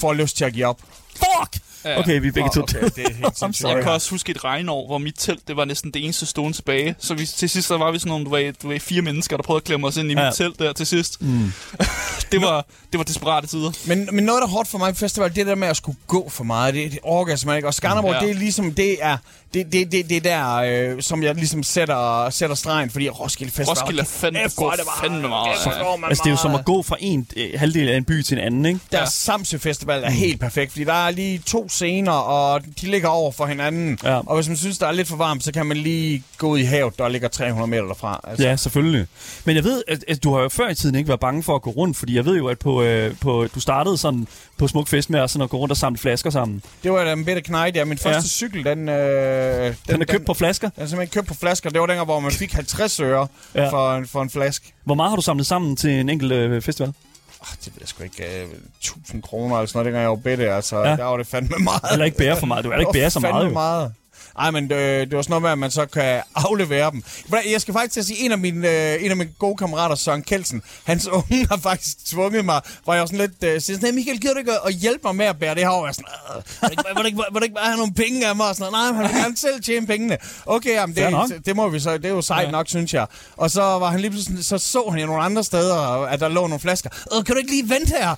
Speaker 2: får lyst til at give op.
Speaker 1: Fuck!
Speaker 3: Ja.
Speaker 1: Okay, vi er begge
Speaker 2: Åh,
Speaker 1: to
Speaker 2: okay, det
Speaker 1: <laughs>
Speaker 2: er helt sindssygt.
Speaker 3: Jeg kan også huske et regnår, hvor mit telt, det var næsten det eneste stående tilbage. Så vi, til sidst, så var vi sådan nogle, du ved, du ved, fire mennesker, der prøvede at klemme os ind i
Speaker 1: Ja.
Speaker 3: mit telt der til sidst. Mm. <laughs> det, var, det var desperate tider.
Speaker 2: Men, men noget, der er hårdt for mig på festival, det er det der med at skulle gå for meget. Det, det orker jeg simpelthen ikke. Og Skanderborg,
Speaker 3: Mm, Ja.
Speaker 2: ja. det er ligesom, det er, det, det, det, det der, øh, som jeg ligesom sætter, sætter stregen, fordi Roskilde Festival...
Speaker 3: Roskilde er fandme-
Speaker 2: Kæft, hvor er det
Speaker 3: går
Speaker 2: bare-
Speaker 3: fandme meget,
Speaker 2: kæft, hvor
Speaker 3: ja.
Speaker 2: går man
Speaker 1: Altså, det er jo som
Speaker 2: meget.
Speaker 1: at gå fra en øh, halvdel af en by til en anden, ikke?
Speaker 2: Deres Samsø Festival er helt perfekt, fordi der er lige to scener, og de ligger over for hinanden.
Speaker 1: Ja.
Speaker 2: Og hvis man synes, der er lidt for varmt, så kan man lige gå ud i havet, der ligger 300 meter derfra. Altså.
Speaker 1: Ja, selvfølgelig. Men jeg ved, at, at du har jo før i tiden ikke været bange for at gå rundt, fordi jeg ved jo, at på, øh, på, du startede sådan på Smuk Fest med at, sådan at gå rundt og samle flasker sammen.
Speaker 2: Det var da en bitte knejt, ja. Min første
Speaker 1: Ja.
Speaker 2: cykel, den... Øh, den,
Speaker 1: Den er købt på flasker.
Speaker 2: Den er simpelthen købt på flasker. Det var dengang, hvor man fik 50 øre
Speaker 1: Ja.
Speaker 2: ja. for, en, for en flaske.
Speaker 1: Hvor meget har du samlet sammen til en enkelt øh, festival?
Speaker 2: Ah, det ved jeg sgu ikke. Øh, 1000 kroner eller sådan noget, dengang jeg var bitte. Altså,
Speaker 1: Ja.
Speaker 2: ja. der var det fandme meget.
Speaker 1: Eller ikke bære for meget. Du er ikke bære så
Speaker 2: Fandme
Speaker 1: meget, jo.
Speaker 2: meget. Ej, men øh, det var sådan noget med, at man så kan aflevere dem. Men Jeg skal faktisk til at sige, en af mine, øh, en af mine gode kammerater, Søren Kelsen, hans <laughs> unge har faktisk tvunget mig, hvor jeg var sådan lidt, øh, siger sådan, "Hey, Michael, gider du ikke at hjælpe mig med at bære det her over? Jeg er sådan, "Øh, vil du ikke- vil du ikke- vil du ikke bare have nogle penge af mig? Og sådan, noget. nej, han vil gerne selv tjene pengene. Okay, jamen,
Speaker 1: Fair nok.
Speaker 2: det, Altså, det må vi så, det er jo sejt nok, synes jeg. Og så var han lige pludselig, så så han jo nogle andre steder, at der lå nogle flasker. Øh, kan du ikke lige vente
Speaker 1: <laughs>
Speaker 2: her?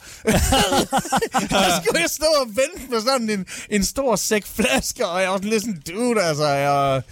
Speaker 2: der skulle jeg stå og vente med sådan en, en stor sæk flasker, og jeg var sådan lidt sådan, dude, altså, jeg,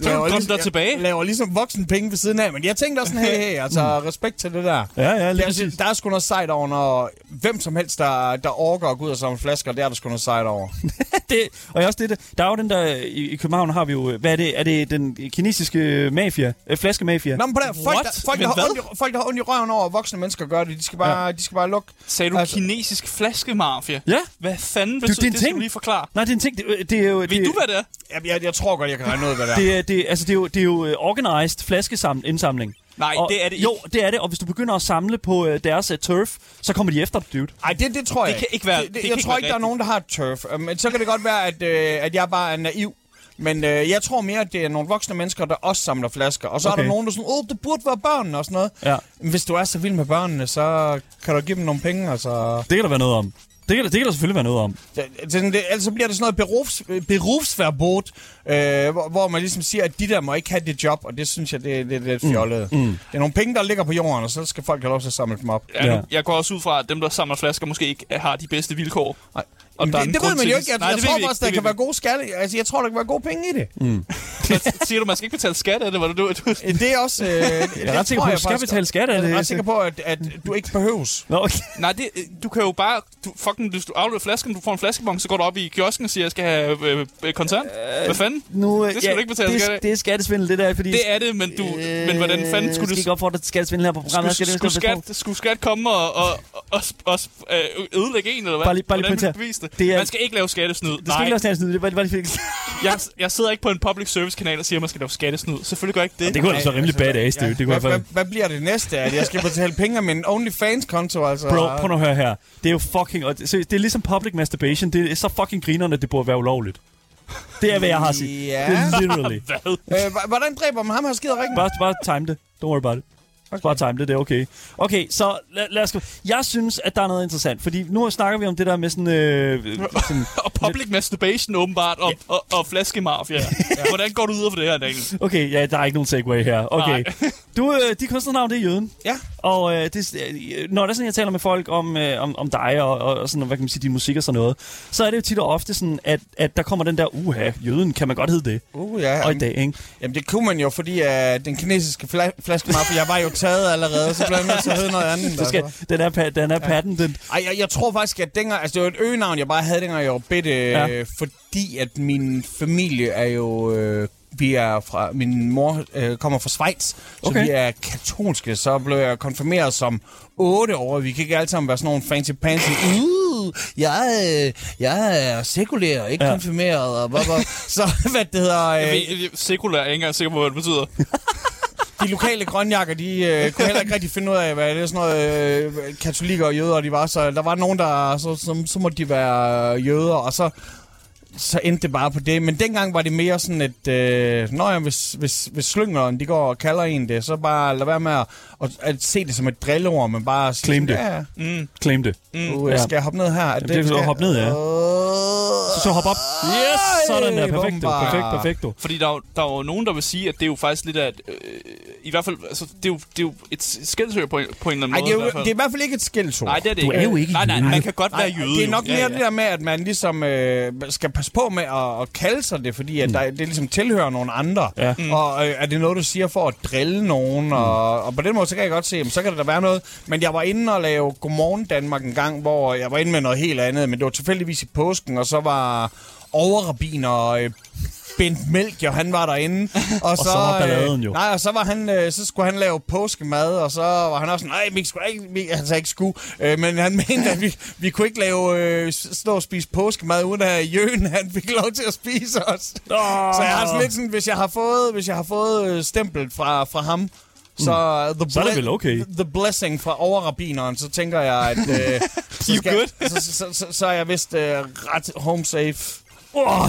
Speaker 2: laver,
Speaker 3: kom der
Speaker 2: jeg
Speaker 3: tilbage.
Speaker 2: laver ligesom voksen penge ved siden af, men jeg tænkte også sådan, hey, hey, altså, respekt til det der.
Speaker 1: Mm. Ja, ja, lige
Speaker 2: Der,
Speaker 1: præcis.
Speaker 2: er- der er sgu noget sejt over, når hvem som helst, der, der orker at gå ud og samle flasker, der er der sgu noget sejt over.
Speaker 1: <laughs> det, og jeg også det, der- der er jo den der, i, i København har vi jo, øh, hvad er det, er det den kinesiske mafia, øh, flaskemafia?
Speaker 2: Nå, men på der, folk,
Speaker 3: What?
Speaker 2: der, folk,
Speaker 3: Men
Speaker 2: der har
Speaker 3: hvad?
Speaker 2: ondt i, folk, der har ondt i røven over, at voksne mennesker gør det, de skal bare, ja. de skal bare lukke.
Speaker 3: Sagde du altså,
Speaker 2: Altså-
Speaker 3: kinesisk flaskemafia?
Speaker 1: Ja.
Speaker 3: Hvad fanden
Speaker 1: det er
Speaker 3: betyder det?
Speaker 1: en
Speaker 3: Det skal
Speaker 1: ting.
Speaker 3: du lige forklare.
Speaker 1: Nej, det er en ting, det, øh, det er jo...
Speaker 3: Ved
Speaker 1: det,
Speaker 3: du, hvad det er?
Speaker 2: Jeg, jeg, jeg tror godt, jeg kan regne ud, hvad det er.
Speaker 1: Det er, det, altså, det er jo, det er jo øh, organized flaskeindsamling.
Speaker 3: Nej, det er det ikke.
Speaker 1: Jo, det er det, og hvis du begynder at samle på øh, deres uh, turf, så kommer de efter dig, dude.
Speaker 2: Ej, det, det tror jeg
Speaker 3: kan ikke være-
Speaker 2: Det,
Speaker 3: det
Speaker 2: det,
Speaker 3: kan
Speaker 2: jeg
Speaker 3: ikke
Speaker 2: tror
Speaker 3: være
Speaker 2: ikke, der er
Speaker 3: rigtigt.
Speaker 2: nogen, der har turf. Øh, Men så kan det godt være, at, øh, at jeg bare er naiv. Men øh, jeg tror mere, at det er nogle voksne mennesker, der også samler flasker. Og så okay.
Speaker 1: Okay.
Speaker 2: er der nogen, der er sådan, åh, det burde være børnene og sådan noget.
Speaker 1: Ja.
Speaker 2: Men hvis du er så vild med børnene, så kan du give dem nogle penge. Altså.
Speaker 1: Det kan der være noget om. Det kan, der- det kan der selvfølgelig være noget om.
Speaker 2: Det, det, det, ellers så bliver det sådan noget berufs, berufsverbot, øh, hvor, hvor man ligesom siger, at de der må ikke have det job. Og det synes jeg, det, det, det er lidt fjollet. Mm. Mm. Det er nogle penge, der ligger på jorden, og så skal folk have lov til at samle dem op.
Speaker 3: Ja,
Speaker 1: Ja.
Speaker 3: nu, jeg går også ud fra, at dem, der samler flasker, måske ikke har de bedste vilkår.
Speaker 2: Nej.
Speaker 3: om der er en
Speaker 2: det, det ved
Speaker 3: grund
Speaker 2: man
Speaker 3: til
Speaker 2: jo ikke. Jeg,
Speaker 3: Nej,
Speaker 2: jeg
Speaker 3: det ved vi
Speaker 2: tror
Speaker 3: ikke.
Speaker 2: også, der
Speaker 3: Det
Speaker 2: kan
Speaker 3: ved
Speaker 2: være gode skatte. Altså, jeg tror, der kan være gode penge i det. Mm.
Speaker 3: vi ikke. Hvad Siger du, man skal ikke betale skat af det? Var det, du, du,
Speaker 2: Det er
Speaker 1: <laughs>
Speaker 2: også... Øh, jeg er
Speaker 1: ret sikker på, at du skal betale skat af
Speaker 2: Jeg
Speaker 1: det.
Speaker 2: er ret sikker på, at, at du ikke behøves.
Speaker 1: Nå, okay.
Speaker 3: Nej, det, øh, du kan jo bare... Du, fucking, hvis du afleverer flasken, du får en flaskebong, så går du op i kiosken og siger, jeg skal have øh, øh, kontant. Hvad fanden?
Speaker 1: Nu, øh,
Speaker 3: Det skal du ikke betale
Speaker 1: det,
Speaker 3: skat af.
Speaker 1: Det er skattesvindel, det der, fordi...
Speaker 3: Det er det, men, du, øh, men hvordan fanden skulle du...
Speaker 1: Skal ikke opfordre til skattesvindel her på programmet?
Speaker 3: Skulle,
Speaker 1: det-
Speaker 3: skulle,
Speaker 1: det- det-
Speaker 3: skat, skulle skat komme og, og, og, og øh, ødelægge en, eller hvad?
Speaker 1: Bare lige- bare lige
Speaker 3: Hvordan vil
Speaker 1: pointere.
Speaker 3: du bevise det?
Speaker 1: Det er-
Speaker 3: Man skal ikke lave skattesnyd.
Speaker 1: Det skal
Speaker 3: Nej,
Speaker 1: ikke lave snadsnyd, det var det, var det fik.
Speaker 3: jeg, jeg sidder ikke på en public service kanal og siger, at man skal lave skattesnyd. Selvfølgelig gør jeg ikke det.
Speaker 1: Det kunne da så rimelig
Speaker 3: altså,
Speaker 1: badass, det. Det kunne
Speaker 2: hvad, hvad,
Speaker 1: jeg
Speaker 2: hvad bliver det næste? At jeg skal betale penge af min OnlyFans-konto, altså?
Speaker 1: Bro, prøv nu at høre her. Det er jo fucking... og det- Seriøst, det er ligesom public masturbation. Det er så fucking grinerne, at det burde være ulovligt. Det er, hvad jeg har at sige.
Speaker 2: Ja.
Speaker 1: Det er literally.
Speaker 3: Hvad?
Speaker 2: Øh, h- hvordan dræber man ham her skider rigtig?
Speaker 1: Bare, bare time det. Don't worry about it. Okay. Bare time det, det er okay. Okay, så lad, lad os gå. Jeg synes, at der er noget interessant, fordi nu snakker vi om det der med sådan... Øh, sådan
Speaker 3: Og public masturbation åbenbart, og, og, og
Speaker 1: <laughs>
Speaker 3: flaskemafia. Hvordan går du ud af det her, Daniel?
Speaker 1: okay, ja, der er ikke nogen segway her. Okay. Du, øh, de kunstnernavn, det er Jøden.
Speaker 2: Ja.
Speaker 1: Og øh, det, øh, når det er sådan, jeg taler med folk om, øh, om, om dig og, og, og sådan, hvad kan man sige, din musik og sådan noget, så er det jo tit og ofte sådan, at, at der kommer den der, uha, jøden, kan man godt hedde det?
Speaker 2: Uh, ja.
Speaker 1: Og i
Speaker 2: Jamen,
Speaker 1: dag, ikke?
Speaker 2: jamen, det kunne man jo, fordi uh, den kinesiske fla- flaskemafia, jeg var jo taget allerede, så blev jeg nødt til at hedde noget
Speaker 1: <laughs>
Speaker 2: andet.
Speaker 1: Du skal,
Speaker 2: Altså.
Speaker 1: den er, pa- den er patented.
Speaker 2: Ej, jeg, jeg tror faktisk, at dengang... Altså, det var et øgenavn, jeg bare havde dengang, jeg var bitte,
Speaker 1: Ja.
Speaker 2: ja. fordi at min familie er jo... Øh, vi er fra, min mor øh, kommer fra Schweiz, så
Speaker 1: Okay.
Speaker 2: vi er katolske. Så blev jeg konfirmeret som 8 år. Vi kan ikke alle sammen være sådan nogle fancy pansy. Uh, jeg, øh, jeg er sekulær, ikke
Speaker 1: Ja.
Speaker 2: ja. konfirmeret. Og blah, blah. så <laughs> hvad det hedder... Øh,
Speaker 3: Jeg- jeg- Sekulær, jeg er ikke engang sikker på, hvad det betyder.
Speaker 2: de lokale grønjakker, de øh, kunne heller ikke rigtig finde ud af, hvad det er sådan noget, øh, katolikker og jøder, de var. Så der var nogen, der, så, så, så måtte de være jøder, og så, så endte det bare på det. Men dengang var det mere sådan, at øh, når jeg, hvis, hvis, hvis slyngeren, de går og kalder en det, så bare lad være med at, at, at se det som et drilleord, men bare sige,
Speaker 1: Claim det.
Speaker 2: Ja,
Speaker 1: Claim det.
Speaker 2: uh, jeg skal jeg hoppe ned her? Jamen,
Speaker 1: det kan du hoppe ned, ja.
Speaker 2: Så,
Speaker 1: Så hop op. Yes! Sådan der, perfekt,
Speaker 2: bomba.
Speaker 1: perfekt, perfekt.
Speaker 3: Fordi der, er jo- der er jo nogen, der vil sige, at det er jo faktisk lidt af... et, Øh, I hvert fald, altså, det er jo, det er jo et skældsøg på, en- på en eller
Speaker 2: Ej, det er,
Speaker 3: anden måde. i
Speaker 2: jo,
Speaker 3: hvert fald.
Speaker 2: det er i hvert fald ikke et skældsord.
Speaker 3: Nej, det er det
Speaker 1: Du
Speaker 3: ikke.
Speaker 1: er jo ikke
Speaker 3: Nej, nej,
Speaker 1: jøde.
Speaker 3: man kan godt være jøde.
Speaker 2: det er
Speaker 3: jo.
Speaker 2: nok
Speaker 3: Ja,
Speaker 2: mere ja,
Speaker 3: ja.
Speaker 2: ja. det der med, at man ligesom øh, skal passe på med at, at kalde sig det, fordi at mm. der, det ligesom tilhører nogle andre.
Speaker 1: Ja.
Speaker 2: Mm. Og øh, er det noget, du siger for at drille nogen? Mm. Og, og på den måde, så kan jeg godt se, jamen, så kan der da være noget. Men jeg var inde og lave Godmorgen Danmark en gang, hvor jeg var inde med noget helt andet, men det var tilfældigvis i påsken, og så var overrabiner... Øh, Bent Mælk, jo, han var derinde. Og,
Speaker 1: så var
Speaker 2: øh,
Speaker 1: balladen jo.
Speaker 2: Nej, og så, var han, øh, så skulle han lave påskemad, og så var han også sådan, nej, vi skulle ikke, vi, altså ikke skulle, øh, men han <laughs> mente, at vi, vi kunne ikke lave, øh, s- stå og spise påskemad, uden at Jøen, han fik lov til at spise os.
Speaker 1: Åh.
Speaker 2: Så jeg har sådan lidt sådan, hvis jeg har fået, hvis jeg har fået øh, stemplet fra, fra ham, så, mm. the
Speaker 1: Så er det
Speaker 2: ble-
Speaker 1: vel okay.
Speaker 2: The blessing fra overrabineren, så tænker jeg, at...
Speaker 1: <laughs>
Speaker 2: Øh, så, skal,
Speaker 3: good.
Speaker 2: så, så, så, så er jeg vist øh, ret home safe.
Speaker 1: Åh,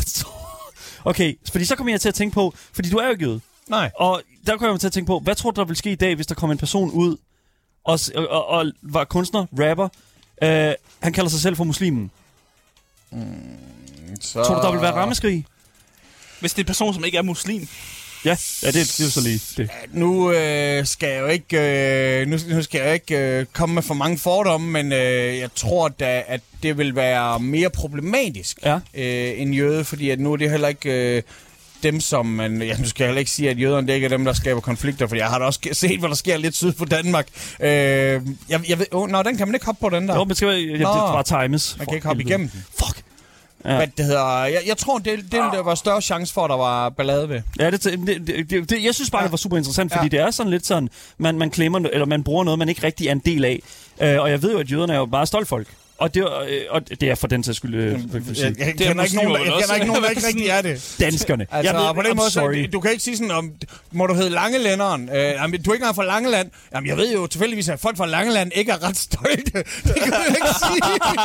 Speaker 1: Okay, fordi så kommer jeg til at tænke på, fordi du er jo ikke jøde.
Speaker 2: Nej.
Speaker 1: Og der kommer jeg til at tænke på, hvad tror du, der ville ske i dag, hvis der kom en person ud og, s- og, og, og var kunstner, rapper? Øh, han kalder sig selv for muslimen.
Speaker 2: Så...
Speaker 1: Tror du, der ville være rammeskrig?
Speaker 3: Hvis det er en person, som ikke er muslim.
Speaker 1: Ja, ja det, det er jo så lige det.
Speaker 2: Nu øh, skal jeg jo ikke, øh, nu, nu skal jeg jo ikke øh, komme med for mange fordomme, men øh, jeg tror da, at det vil være mere problematisk
Speaker 1: Ja.
Speaker 2: øh, end jøde, fordi at nu er det heller ikke øh, dem, som man... <laughs> Ja, nu skal jeg heller ikke sige, at jøderne det ikke er dem, der skaber konflikter, for jeg har da også <laughs> ge- set, hvad der sker lidt syd for Danmark. Øh, jeg, jeg ved, oh, nå, den kan man ikke hoppe på, den der.
Speaker 1: Jo, men skal jeg, jeg, det
Speaker 2: Nå.
Speaker 1: bare times.
Speaker 2: man kan ikke hoppe igennem den.
Speaker 1: Fuck.
Speaker 2: Hvad det hedder, jeg, jeg tror, det, det der var større chance for, at der var ballade ved.
Speaker 1: Ja, det, det, det, det, det, jeg synes bare, ja. det var super interessant, fordi ja.
Speaker 2: Ja.
Speaker 1: det er sådan lidt sådan, man, man klemmer, no- eller man bruger noget, man ikke rigtig er en del af. Øh, og jeg ved jo, at jøderne er jo bare stoltfolk. Og det, er- øh, og det er for den sags skyld, øh, hvad kan man sige,
Speaker 2: Jeg, jeg,
Speaker 3: er
Speaker 2: kender, ikke nogen, der,
Speaker 3: muslimer vel
Speaker 2: jeg
Speaker 3: også.
Speaker 2: kender ikke nogen, der ikke rigtig er
Speaker 1: <laughs>
Speaker 2: det.
Speaker 1: danskerne.
Speaker 2: Altså,
Speaker 1: jeg
Speaker 2: jeg ved, på den
Speaker 1: I'm
Speaker 2: måde,
Speaker 1: sorry.
Speaker 2: så, du kan ikke sige sådan, om, må du hedde Langelænderen? Øh, jamen, du er ikke engang fra Langeland. Jamen, jeg ved jo tilfældigvis, at folk fra Langeland ikke er ret stolte. <laughs> det kan du ikke sige.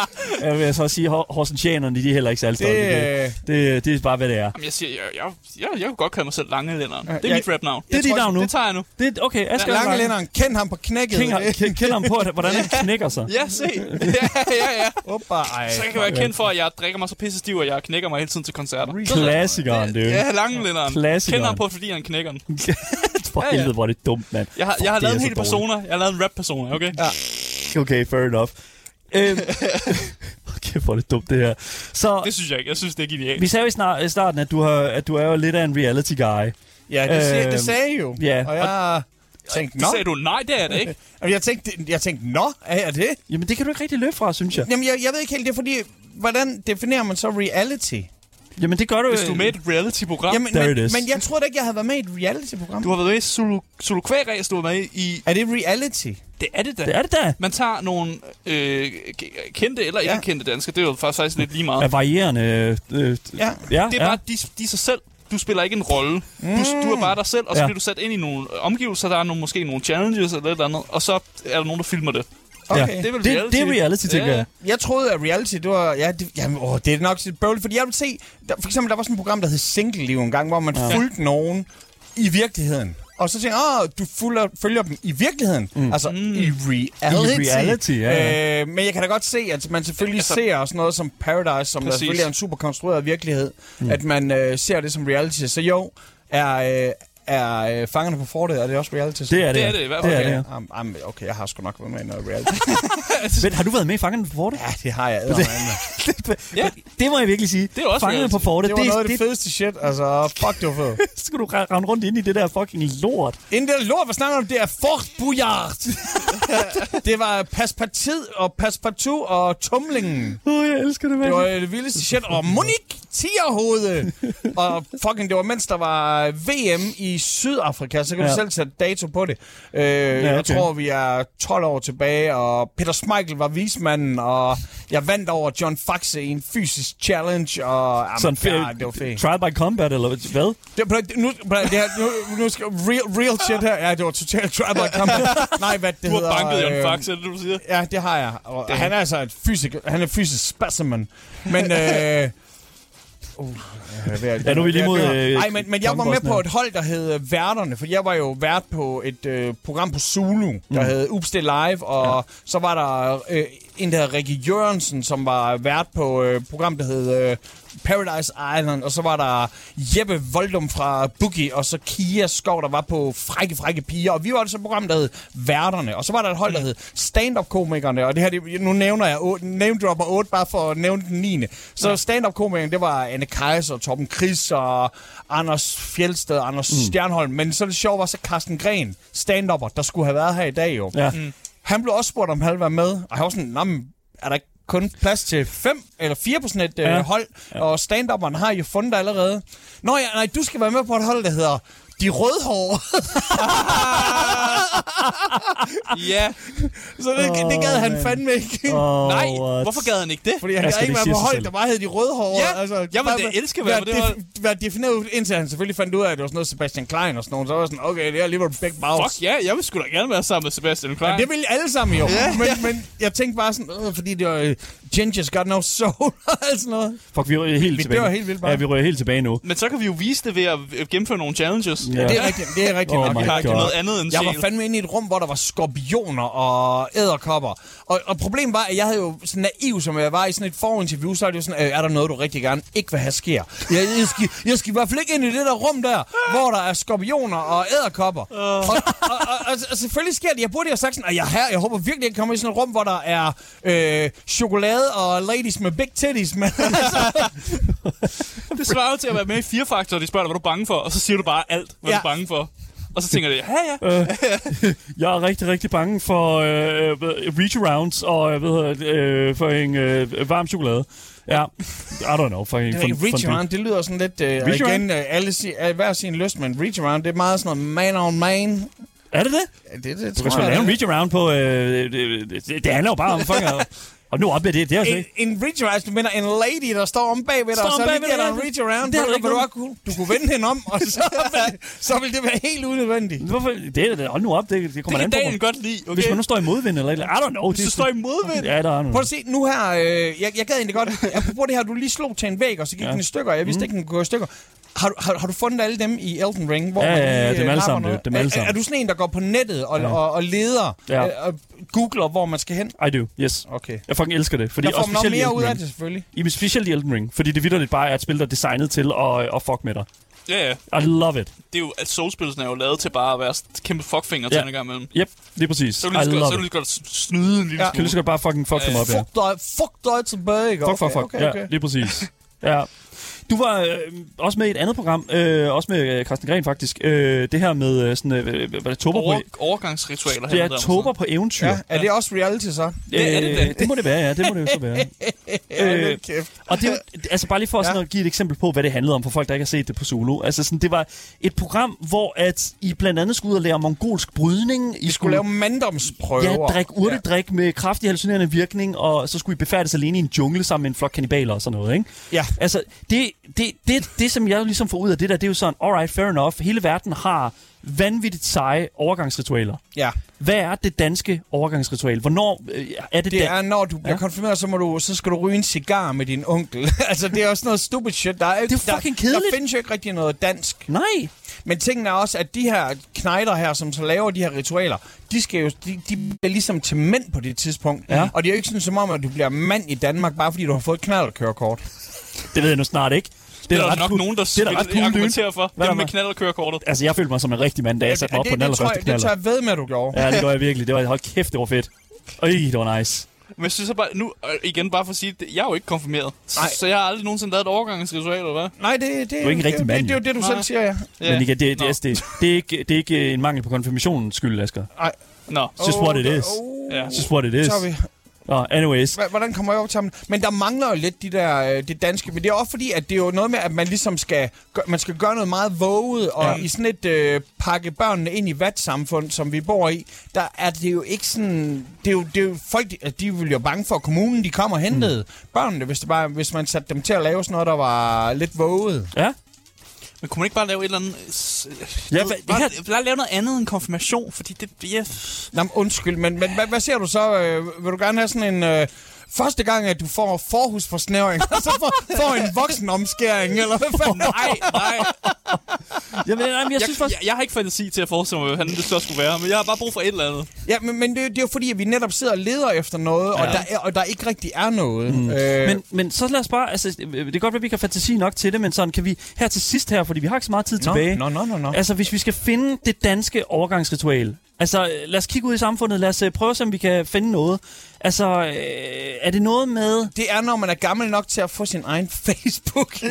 Speaker 1: Jeg vil så også sige, at Horsensianerne, de er heller ikke særlig stolte. Det,
Speaker 2: Det- øh,
Speaker 1: det, det, det er bare, hvad det er.
Speaker 3: Jamen, jeg siger, jeg, jeg, jeg, jeg kunne godt kalde mig selv Langelænderen. Det er
Speaker 2: jeg-
Speaker 3: mit rap-navn.
Speaker 1: Det er dit
Speaker 2: tror,
Speaker 1: navn nu.
Speaker 3: Det tager jeg nu.
Speaker 1: Det, okay, Asger
Speaker 2: Langelænderen, kend ham på knækket.
Speaker 1: Kender, kender ham på, at, hvordan han knækker sig.
Speaker 3: Ja, se. ja, ja,
Speaker 1: <laughs>
Speaker 3: ja.
Speaker 2: Opa, ej.
Speaker 3: Så jeg kan være kendt for, at jeg drikker mig så pisse stiv, og jeg knækker mig hele tiden til koncerter.
Speaker 1: Klassikeren, det er jo.
Speaker 3: Ja, Langelænderen.
Speaker 1: Klassikeren.
Speaker 3: Kender ham på, fordi han knækker den.
Speaker 1: For
Speaker 3: Ja, ja.
Speaker 1: helvede, hvor er det dumt, mand.
Speaker 3: Jeg har,
Speaker 1: Fuck,
Speaker 3: jeg har
Speaker 1: det er
Speaker 3: lavet en
Speaker 1: så
Speaker 3: hel
Speaker 1: dårligt.
Speaker 3: persona. Jeg har lavet en rap-persona, okay?
Speaker 1: <laughs> Okay, fair enough. Øhm, okay. kæft, hvor er det dumt, det her. Så
Speaker 3: Det synes jeg ikke. Jeg synes, det er genialt.
Speaker 1: vi sagde jo i snar- i starten, at du, har, at du er jo lidt af en reality guy.
Speaker 2: Ja, det, øh,
Speaker 1: Øh,
Speaker 2: det sagde I jo.
Speaker 1: ja.
Speaker 2: Og jeg tænkte,
Speaker 3: Det
Speaker 2: nå.
Speaker 3: sagde du, nej, det er
Speaker 1: <laughs>
Speaker 3: det ikke.
Speaker 2: Jamen, Jeg tænkte, jeg tænkte, nå, er jeg det?
Speaker 1: Jamen, det kan du ikke rigtig løbe fra, synes jeg.
Speaker 2: Jamen, jeg, jeg ved ikke helt, det er fordi, hvordan definerer man så reality?
Speaker 1: Jamen, det gør du
Speaker 3: Hvis du er med i et reality-program,
Speaker 2: Jamen,
Speaker 1: there
Speaker 2: men,
Speaker 1: it is.
Speaker 2: men jeg tror da ikke, jeg havde været med i et reality-program.
Speaker 3: du har været med i Zulu, Zulu Kvæg-ræs, du har været med i...
Speaker 2: Er det reality?
Speaker 3: Det er det da.
Speaker 1: Det er det da.
Speaker 3: Man tager nogle øh, ke- kendte eller
Speaker 2: Ja.
Speaker 3: ikke kendte danskere. Det er jo faktisk faktisk lidt lige meget.
Speaker 1: Af varierende... Øh, øh,
Speaker 2: Ja. Mm.
Speaker 1: ja,
Speaker 3: Det er
Speaker 1: ja.
Speaker 3: bare, de, de er sig selv. Du spiller ikke en rolle. Du, du er bare dig selv, og så
Speaker 1: Ja.
Speaker 3: bliver du sat ind i nogle øh, omgivelser. Der er nogle, måske nogle challenges eller et eller andet, og så er der nogen, der filmer det.
Speaker 2: Okay.
Speaker 1: Ja.
Speaker 3: Det er vel
Speaker 1: Det-
Speaker 3: reality.
Speaker 1: det er reality, tænker jeg.
Speaker 2: Jeg troede, at reality, det var... Ja, det, jamen, åh, det er nok lidt bøvlet, fordi jeg ville se... Der, for eksempel, der var sådan et program, der hed Single Liv en gang, hvor man ja. fulgte nogen i virkeligheden. Og så tænkte jeg, åh, du følger, følger dem i virkeligheden. Mm. Altså, i reality.
Speaker 1: I reality, ja, ja.
Speaker 2: Øh, men jeg kan da godt se, at man selvfølgelig
Speaker 3: Altså-
Speaker 2: altså, ser også noget som Paradise, som der
Speaker 3: Præcis.
Speaker 2: selvfølgelig er en super konstrueret virkelighed. Mm. At man øh, ser det som reality. Så jo, er... Øh, er øh, fangerne på fortet, er det også reality?
Speaker 1: Det er det.
Speaker 3: Det er det i hvert fald,
Speaker 1: Det er
Speaker 2: Okay,
Speaker 1: det,
Speaker 2: ja.
Speaker 1: ja.
Speaker 2: Am- am- okay, jeg har sgu nok været med i noget
Speaker 1: <laughs>
Speaker 2: reality.
Speaker 1: Men har du været med i Fangerne på Forte?
Speaker 2: ja, det har jeg. eddermame.
Speaker 3: Ja.
Speaker 1: <laughs> det må jeg virkelig sige.
Speaker 3: Det er også
Speaker 1: Fangerne på
Speaker 3: reality.
Speaker 1: Forte,
Speaker 2: Det var
Speaker 1: det,
Speaker 2: noget af det
Speaker 1: det,
Speaker 2: fedeste shit. Altså, fuck, det var fedt.
Speaker 1: det skal du ra- rende rundt ind i det der fucking lort.
Speaker 2: <laughs> Inden det der lort, hvad snakker du om? Det er Fort <laughs> Bujard. det var Paspartid og Passepartout og Tumlingen.
Speaker 1: Åh, oh, jeg elsker det, mand.
Speaker 2: Det var det vildeste shit. Og Monique Tierhoved. Og fucking, det var mens der var VM i Sydafrika, så kan ja.
Speaker 1: Ja.
Speaker 2: du selv sætte dato på det. Øh, ja, okay. Jeg
Speaker 1: okay.
Speaker 2: tror, vi er 12 år tilbage, og Peter Schmeichel var vismanden, og jeg vandt over John Faxe i en fysisk challenge, og jamen,
Speaker 1: Sådan
Speaker 2: ja, det var fedt.
Speaker 1: Trial by combat, eller hvad?
Speaker 2: Det, prøv, nu, prøv, det her, nu, nu skal real, real shit her. Ja, det var totalt trap og
Speaker 3: <laughs>
Speaker 2: kamp. Nej, hvad det
Speaker 3: Du har
Speaker 2: hedder.
Speaker 3: banket Jan
Speaker 2: øh,
Speaker 3: Faxe, er det, du
Speaker 2: <laughs>
Speaker 3: siger?
Speaker 2: Ja, det har jeg. Og han er altså et fysik, han er et fysisk specimen. Men... Øh, <laughs> Uh,
Speaker 1: Ja, nu er vi lige mod, øh,
Speaker 2: Nej, men, men jeg var med
Speaker 1: Kongebossen her.
Speaker 2: på et hold, der hed øh, Værterne, for jeg var jo vært på et øh, program på Zulu, der mm. hed Upstil Live, og ja. så var der øh, en, der hed Rikke Jørgensen, som var vært på øh, et program, der hed øh, Paradise Island, og så var der Jeppe Voldum fra Boogie, og så Kia Skov, der var på Frække Frække Piger, og vi var altså et program, der hed Værterne, og så var der et hold, der hed Stand-Up-komikerne, og det her, det, nu nævner jeg otte- name-dropper 8, bare for at nævne den 9. Så stand-up-komikerne, det var Anne Kaiser, Torben Chris og Anders Fjeldsted, Anders mm. Stjernholm, men så det sjove var så Carsten Gren, stand-upper, der skulle have været her i dag jo. Mm.
Speaker 1: Ja.
Speaker 2: Han blev også spurgt, om han ville være med, og han var sådan, "Nå, men er der ikke kun plads til 5 eller 4 på sådan et ja.
Speaker 1: Ja.
Speaker 2: øh, hold, ja. og stand har I jo fundet allerede. Nå ja, nej, du skal være med på et hold, der hedder De Rødhårde.
Speaker 3: Ja.
Speaker 2: så det, oh, det gad han fandme ikke.
Speaker 1: Oh,
Speaker 3: Nej, hvorfor gad han ikke det?
Speaker 2: Fordi han
Speaker 1: Jeg
Speaker 2: jeg
Speaker 1: skal
Speaker 2: ikke
Speaker 1: lige
Speaker 2: være
Speaker 1: sige
Speaker 2: på
Speaker 1: sig
Speaker 2: hold,
Speaker 1: selv.
Speaker 2: der bare hed de rødhårede.
Speaker 3: Ja, jeg ville da
Speaker 2: bare-
Speaker 3: elske at være på det
Speaker 2: def-
Speaker 3: hold.
Speaker 2: Være defineret ud, indtil han selvfølgelig fandt ud af, at det var sådan noget Sebastian Klein og sådan noget. Så var jeg sådan, okay, det er alligevel big bows.
Speaker 3: Fuck ja, jeg vil sgu da gerne være sammen med Sebastian Klein.
Speaker 2: Det ville alle sammen jo. Yeah, men, men jeg tænkte bare sådan, øh, fordi det var øh, Ginger's got no soul <laughs> og alt sådan noget.
Speaker 1: Fuck, vi rører helt
Speaker 2: Vi
Speaker 1: tilbage.
Speaker 2: dør
Speaker 1: nu.
Speaker 2: helt vildt bare.
Speaker 1: Ja, vi rører helt tilbage nu.
Speaker 3: Men så kan vi jo vise det ved at øh, gennemføre nogle challenges.
Speaker 1: Ja.
Speaker 2: Det er rigtigt, det er rigtigt
Speaker 1: Oh
Speaker 2: nok.
Speaker 1: my
Speaker 3: Der er ikke
Speaker 1: God.
Speaker 3: noget andet end
Speaker 2: Jeg
Speaker 3: sjæl.
Speaker 2: var fandme inde i et rum, hvor der var skorpioner og æderkopper. Og, og problemet var, at jeg havde jo sådan naiv, som jeg var i sådan et forinterview, så er det jo sådan, øh, er der noget, du rigtig gerne ikke vil have sker? Jeg, jeg, skal, jeg skal i hvert fald ikke ind i det der rum der, hvor der er skorpioner og æderkopper. Uh. Og, og, og, og, og, selvfølgelig sker det. Jeg burde jo have sagt sådan, at jeg, er her, jeg håber virkelig, jeg kommer i sådan et rum, hvor der er øh, chokolade og ladies med big titties. Men <laughs> altså,
Speaker 3: Det svarer jo til at være med i Fire Factor, og de spørger dig, hvad du er bange for, og så siger du bare alt, hvad
Speaker 2: Ja.
Speaker 3: du er bange for. Og så tænker de, ja, ja.
Speaker 1: Øh,
Speaker 2: <laughs>
Speaker 1: Jeg er rigtig, rigtig bange for øh, øh, reach arounds og jeg ved, øh, for en øh, varm chokolade. Ja, I don't know. For en,
Speaker 2: Det er ikke reach around, det lyder sådan lidt... Øh, og
Speaker 1: Reach
Speaker 2: igen,
Speaker 1: around?
Speaker 2: øh, alle siger, øh, hver sin lyst, men reach around, det er meget sådan noget man on man.
Speaker 1: Er det det?
Speaker 2: Ja, Det, det
Speaker 1: Du kan sgu
Speaker 2: tror
Speaker 1: da
Speaker 2: jeg.
Speaker 1: lave en
Speaker 2: det er.
Speaker 1: reach around på... Øh, det, det, det handler jo bare om fucking... at-
Speaker 2: <laughs>
Speaker 1: Og nu op med det, det er altså ikke...
Speaker 2: En, en reach around, du mener en lady, der står om bagved dig,
Speaker 1: Står
Speaker 2: og
Speaker 1: om
Speaker 2: så
Speaker 1: bagved
Speaker 2: lige der
Speaker 1: dig,
Speaker 2: en
Speaker 1: ja.
Speaker 2: reach around.
Speaker 1: Det
Speaker 2: Det
Speaker 1: er da
Speaker 2: du,
Speaker 1: ikke
Speaker 2: du,
Speaker 1: noget.
Speaker 2: også kunne, du kunne vende hende om, og
Speaker 1: <laughs>
Speaker 2: så, så ville det være helt unødvendigt.
Speaker 1: Hvorfor? Det er det. Hold nu op, det, det
Speaker 3: Det
Speaker 1: kommer
Speaker 3: kan
Speaker 1: an på.
Speaker 3: Daniel
Speaker 1: hvor-
Speaker 3: godt lide, okay?
Speaker 1: Hvis man nu står i modvind eller et eller andet. I don't know.
Speaker 3: Hvis du står i modvind?
Speaker 1: Ja, der er
Speaker 2: Prøv
Speaker 1: noget.
Speaker 2: at se, nu her, øh, jeg, jeg gad egentlig godt, apropos det her, du lige slog til en væg, og så gik ja. den i stykker, og jeg vidste mm. ikke, den kunne gå i stykker. Har, du- har, har du fundet alle dem i Elden Ring? Hvor
Speaker 1: Ja,
Speaker 2: man
Speaker 1: ja, ja,
Speaker 2: lige, øh,
Speaker 1: dem alle
Speaker 2: napper
Speaker 1: sammen,
Speaker 2: noget?
Speaker 1: jo, dem alle
Speaker 2: Er- Er, er
Speaker 1: sammen.
Speaker 2: du sådan en, der går på nettet og, ja. og, og leder,
Speaker 1: Ja.
Speaker 2: ja. øh, og googler, hvor man skal hen?
Speaker 1: I do, yes.
Speaker 2: Okay.
Speaker 1: Jeg fucking elsker det. Fordi
Speaker 2: Der får
Speaker 1: også
Speaker 2: man noget
Speaker 1: specielt i
Speaker 2: mere
Speaker 1: Elden
Speaker 2: ud af
Speaker 1: Ring.
Speaker 2: det, selvfølgelig.
Speaker 1: Jamen specielt i Elden Ring, fordi det vidderligt bare er et spil, der er designet til øh, at, at fuck med dig.
Speaker 3: Ja, ja.
Speaker 1: I love it.
Speaker 3: Det er jo, at soulspillene er jo lavet til bare at være sådan et kæmpe fuckfinger til
Speaker 1: Ja.
Speaker 3: en gang imellem.
Speaker 1: Yep, lige præcis.
Speaker 3: Så
Speaker 1: I
Speaker 3: kan du lige så godt- så
Speaker 1: love
Speaker 3: kan
Speaker 1: it.
Speaker 3: du lige så godt s- snyde en lille
Speaker 1: Kan
Speaker 2: Ja.
Speaker 1: du
Speaker 3: smule.
Speaker 1: lige så godt bare fucking fuck dem op, ja.
Speaker 2: Fuck dig, fuck dig tilbage, ikke?
Speaker 1: Fuck, fuck, fuck.
Speaker 2: Okay, okay,
Speaker 1: Ja,
Speaker 2: okay.
Speaker 1: lige præcis. ja. Du var øh, også med i et andet program, øh, også med øh, Carsten Gren faktisk. Øh, det her med øh, sådan, øh, hvad er det, tober
Speaker 3: Over,
Speaker 1: på...
Speaker 3: overgangsritualer.
Speaker 1: Det
Speaker 3: handler
Speaker 1: er
Speaker 3: det om,
Speaker 1: tober på eventyr.
Speaker 2: Ja, er det også reality så?
Speaker 3: det er det da.
Speaker 1: Øh, det må det være, ja. Det må det jo så være.
Speaker 2: Ja,
Speaker 1: Øh,
Speaker 2: øh, kæft.
Speaker 1: Og
Speaker 2: <laughs>
Speaker 1: det er jo, altså bare lige for sådan at give et eksempel på, hvad det handlede om for folk, der ikke har set det på Solo. Altså sådan, det var et program, hvor at I blandt andet skulle ud og lære mongolsk brydning. I
Speaker 2: Vi skulle lave manddomsprøver.
Speaker 1: Ja, drik urtedrik med kraftig hallucinerende virkning, og så skulle I befærdes alene i en jungle sammen med en flok kannibaler og sådan noget, ikke?
Speaker 2: Ja.
Speaker 1: Altså, det, det, det, det som jeg ligesom får ud af det der, det er jo sådan, alright, fair enough, hele verden har vanvittigt seje overgangsritualer.
Speaker 2: Ja.
Speaker 1: Hvad er det danske overgangsritual? Hvornår øh, er det,
Speaker 2: Det
Speaker 1: da-
Speaker 2: er, når du bliver
Speaker 1: Ja.
Speaker 2: ja. konfirmeret, så, må du, så skal du ryge en cigar med din onkel. <laughs> altså, det er også noget stupid shit. Der er, ikke-
Speaker 1: Det er fucking
Speaker 2: der,
Speaker 1: kedeligt.
Speaker 2: Der findes jo ikke rigtig noget dansk.
Speaker 1: Nej!
Speaker 2: Men tingen er også, at de her knejder her, som så laver de her ritualer, de, skal jo, de, de bliver ligesom til mænd på det tidspunkt.
Speaker 1: Ja.
Speaker 2: Og det er jo ikke sådan som om, at du bliver mand i Danmark, bare fordi du har fået et knaldkørekort.
Speaker 1: Det ved jeg nu snart ikke. Det
Speaker 3: Det er der nok
Speaker 1: cool-
Speaker 3: nogen, der
Speaker 1: det er da ret cool
Speaker 3: argumenterer for.
Speaker 1: Hvad er der
Speaker 3: Dem med
Speaker 1: med-
Speaker 3: knalderkørekortet.
Speaker 1: Altså, jeg følte mig som en rigtig mand, da jeg satte mig op
Speaker 2: Altså, det,
Speaker 1: på den
Speaker 2: det, tror
Speaker 1: allerførste
Speaker 2: jeg, det tager
Speaker 1: knaller.
Speaker 2: jeg ved med, at du gjorde.
Speaker 1: Ja, det gør jeg virkelig. Det var, hold kæft, det var fedt. Øj, det var nice.
Speaker 3: Men jeg synes så bare, nu og igen bare for at sige, at jeg er jo ikke konfirmeret. Så,
Speaker 2: Nej.
Speaker 3: så jeg har aldrig nogensinde lavet et overgangsritual, eller hvad?
Speaker 2: Nej, det, det,
Speaker 1: er ikke en rigtig
Speaker 2: det,
Speaker 1: mand,
Speaker 2: Det, det, er jo det, du
Speaker 3: Nej.
Speaker 2: selv siger, ja.
Speaker 3: Ja.
Speaker 1: Men igen, det,
Speaker 3: Nå.
Speaker 1: det, altså, det, det, er ikke, det er ikke en mangel på konfirmationens skyld, Asger.
Speaker 2: Ej.
Speaker 3: Nå.
Speaker 1: Just what it
Speaker 2: Åh,
Speaker 1: is.
Speaker 2: åh.
Speaker 3: Ja.
Speaker 1: Just what it is.
Speaker 2: Så er vi.
Speaker 1: Nå, anyways.
Speaker 2: Hva- Hvordan kommer jeg op til ham? Men der mangler jo lidt de der, øh, det danske. Men det er også fordi, at det er jo noget med, at man ligesom skal, gø- man skal gøre noget meget våget. Og
Speaker 3: Ja.
Speaker 2: i sådan et øh, pakke børnene ind i vatsamfund, som vi bor i, der er det jo ikke sådan... Det er jo, det er jo folk, de, de er jo bange for, at kommunen de kommer og hentede mm. børnene, hvis, det bare, hvis man satte dem til at lave sådan noget, der var lidt våget.
Speaker 1: Ja,
Speaker 3: Men kunne man ikke bare lave et eller andet... s-
Speaker 1: Ja,
Speaker 3: ved-
Speaker 1: hvad- det
Speaker 3: bare,
Speaker 1: her-
Speaker 3: bare lave noget andet end konfirmation, fordi det... Ja,
Speaker 2: Nå, men undskyld, men, men hvad, hvad ser du så? Øh, vil du gerne have sådan en... Øh, første gang, at du får forhusforsnævring, <laughs> og så får, får en voksenomskæring, eller hvad
Speaker 1: <laughs>
Speaker 2: fanden?
Speaker 3: nej, nej.
Speaker 1: jeg, men, jamen, jeg,
Speaker 3: Jeg,
Speaker 1: synes
Speaker 3: jeg,
Speaker 1: faktisk...
Speaker 3: jeg, har ikke fantasi til at forestille mig, hvad fanden det så skulle være, men jeg har bare brug for et eller andet.
Speaker 2: Ja, men, men det, det er jo fordi, at vi netop sidder og leder efter noget, ja. og, der er, og der ikke rigtig er noget. Mm. Øh,
Speaker 1: Men, men så lad os bare... Altså, det er godt, at vi ikke har fantasi nok til det, men sådan kan vi her til sidst her, fordi vi har ikke så meget tid tilbage.
Speaker 2: Nå, nå, nå, nå.
Speaker 1: Altså, hvis vi skal finde det danske overgangsritual, altså, øh, lad os kigge ud i samfundet, lad os øh, prøve at se, om vi kan finde noget. Altså, øh, er det noget med...
Speaker 2: Det er, når man er gammel nok til at få sin egen <laughs> Facebook.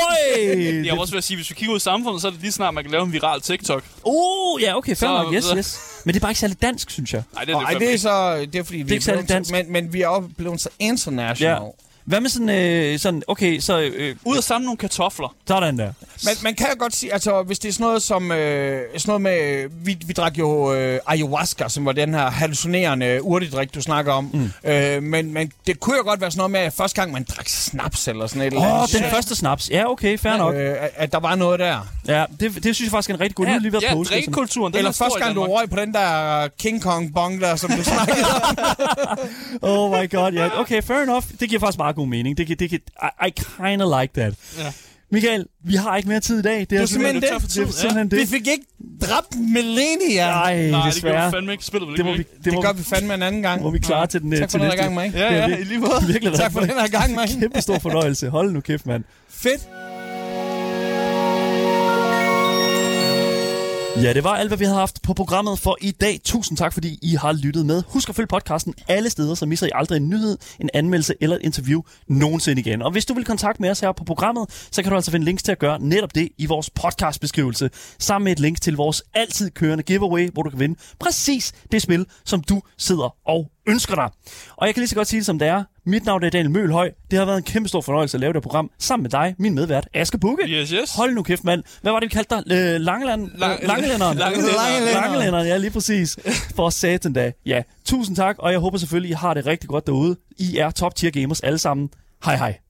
Speaker 1: Øj!
Speaker 3: Jeg vil også ved at sige, hvis vi kigger ud i samfundet, så er det lige snart, man kan lave en viral TikTok.
Speaker 1: Uh, ja, okay, fair
Speaker 3: Så-
Speaker 1: nok, yes, yes. Men det er bare ikke særlig dansk, synes jeg.
Speaker 3: Nej, det er det
Speaker 2: Nej,
Speaker 3: fandme
Speaker 2: det er
Speaker 3: ikke.
Speaker 2: så... Det er fordi, vi
Speaker 1: ikke særlig
Speaker 2: blevet så-
Speaker 1: dansk.
Speaker 2: men, men vi er jo blevet så
Speaker 1: Ja.
Speaker 2: international. Ja.
Speaker 1: Hvad med sådan, øh, sådan okay, så øh,
Speaker 3: Ud og samle nogle kartofler.
Speaker 1: sådan der.
Speaker 2: Man, man kan jo godt sige, altså hvis det er sådan noget som, øh, sådan noget med, øh, vi, vi drak jo øh, ayahuasca, som var den her hallucinerende øh, urtedrik, du snakker om. Mm. Øh, men, men det kunne jo godt være sådan noget med, at første gang man drak snaps eller sådan et eller
Speaker 1: Åh, oh,
Speaker 2: andet.
Speaker 1: den første snaps. Ja, okay, fair nok.
Speaker 2: Øh, at- at der var noget der.
Speaker 1: Ja, det, det synes jeg faktisk er en rigtig god ja, lige ved at altså.
Speaker 3: ja,
Speaker 1: poste. sådan.
Speaker 3: drikkekulturen. den
Speaker 2: Eller
Speaker 3: er stor
Speaker 2: første
Speaker 3: i
Speaker 2: gang, du
Speaker 3: Danmark.
Speaker 2: røg på den der King Kong-bong der,
Speaker 1: <laughs>
Speaker 2: som du snakkede om.
Speaker 1: Oh my god, ja. Okay, fair enough. Det giver faktisk meget god mening. Det, kan- det, kan- I, I kind of like that.
Speaker 3: Ja.
Speaker 1: Michael, vi har ikke mere tid i dag. Det er,
Speaker 2: simpelthen
Speaker 1: det.
Speaker 2: det.
Speaker 1: er
Speaker 3: Ja.
Speaker 1: simpelthen
Speaker 2: Vi
Speaker 1: det.
Speaker 2: fik ikke dræbt Millenia.
Speaker 1: Nej,
Speaker 3: Nej, det gør
Speaker 1: desværre.
Speaker 3: vi fandme ikke. Spiller vi
Speaker 1: Det må vi,
Speaker 2: det,
Speaker 1: må,
Speaker 2: gør vi fandme en anden gang.
Speaker 1: må vi klare til den øh,
Speaker 2: tak for
Speaker 1: til
Speaker 2: den her
Speaker 1: næste.
Speaker 2: gang, Mike.
Speaker 3: Ja,
Speaker 1: Det er
Speaker 3: ja,
Speaker 1: det.
Speaker 3: i
Speaker 1: <laughs>
Speaker 3: lige måde.
Speaker 1: Virkelig,
Speaker 2: Tak for den her gang, Mike.
Speaker 1: Kæmpe stor fornøjelse. Hold nu kæft, mand.
Speaker 2: Fedt.
Speaker 1: Ja, det var alt, hvad vi havde haft på programmet for i dag. Tusind tak, fordi I har lyttet med. Husk at følge podcasten alle steder, så misser I aldrig en nyhed, en anmeldelse eller et interview nogensinde igen. Og hvis du vil kontakte med os her på programmet, så kan du altså finde links til at gøre netop det i vores podcastbeskrivelse, sammen med et link til vores altid kørende giveaway, hvor du kan vinde præcis det spil, som du sidder og ønsker dig. Og jeg kan lige så godt sige det, som det er. Mit navn er Daniel Mølhøj. Det har været en kæmpe stor fornøjelse at lave det her program sammen med dig, min medvært Aske Bukke.
Speaker 3: Yes, yes.
Speaker 1: Hold nu kæft, mand. Hvad var det, vi kaldte dig? Øh, Langeland?
Speaker 3: Lang-
Speaker 1: Langelænderen.
Speaker 3: Langelænderen.
Speaker 1: Langelænderen, ja, lige præcis. For satan da. Ja, tusind tak, og jeg håber selvfølgelig, I har det rigtig godt derude. I er top tier gamers alle sammen. Hej hej.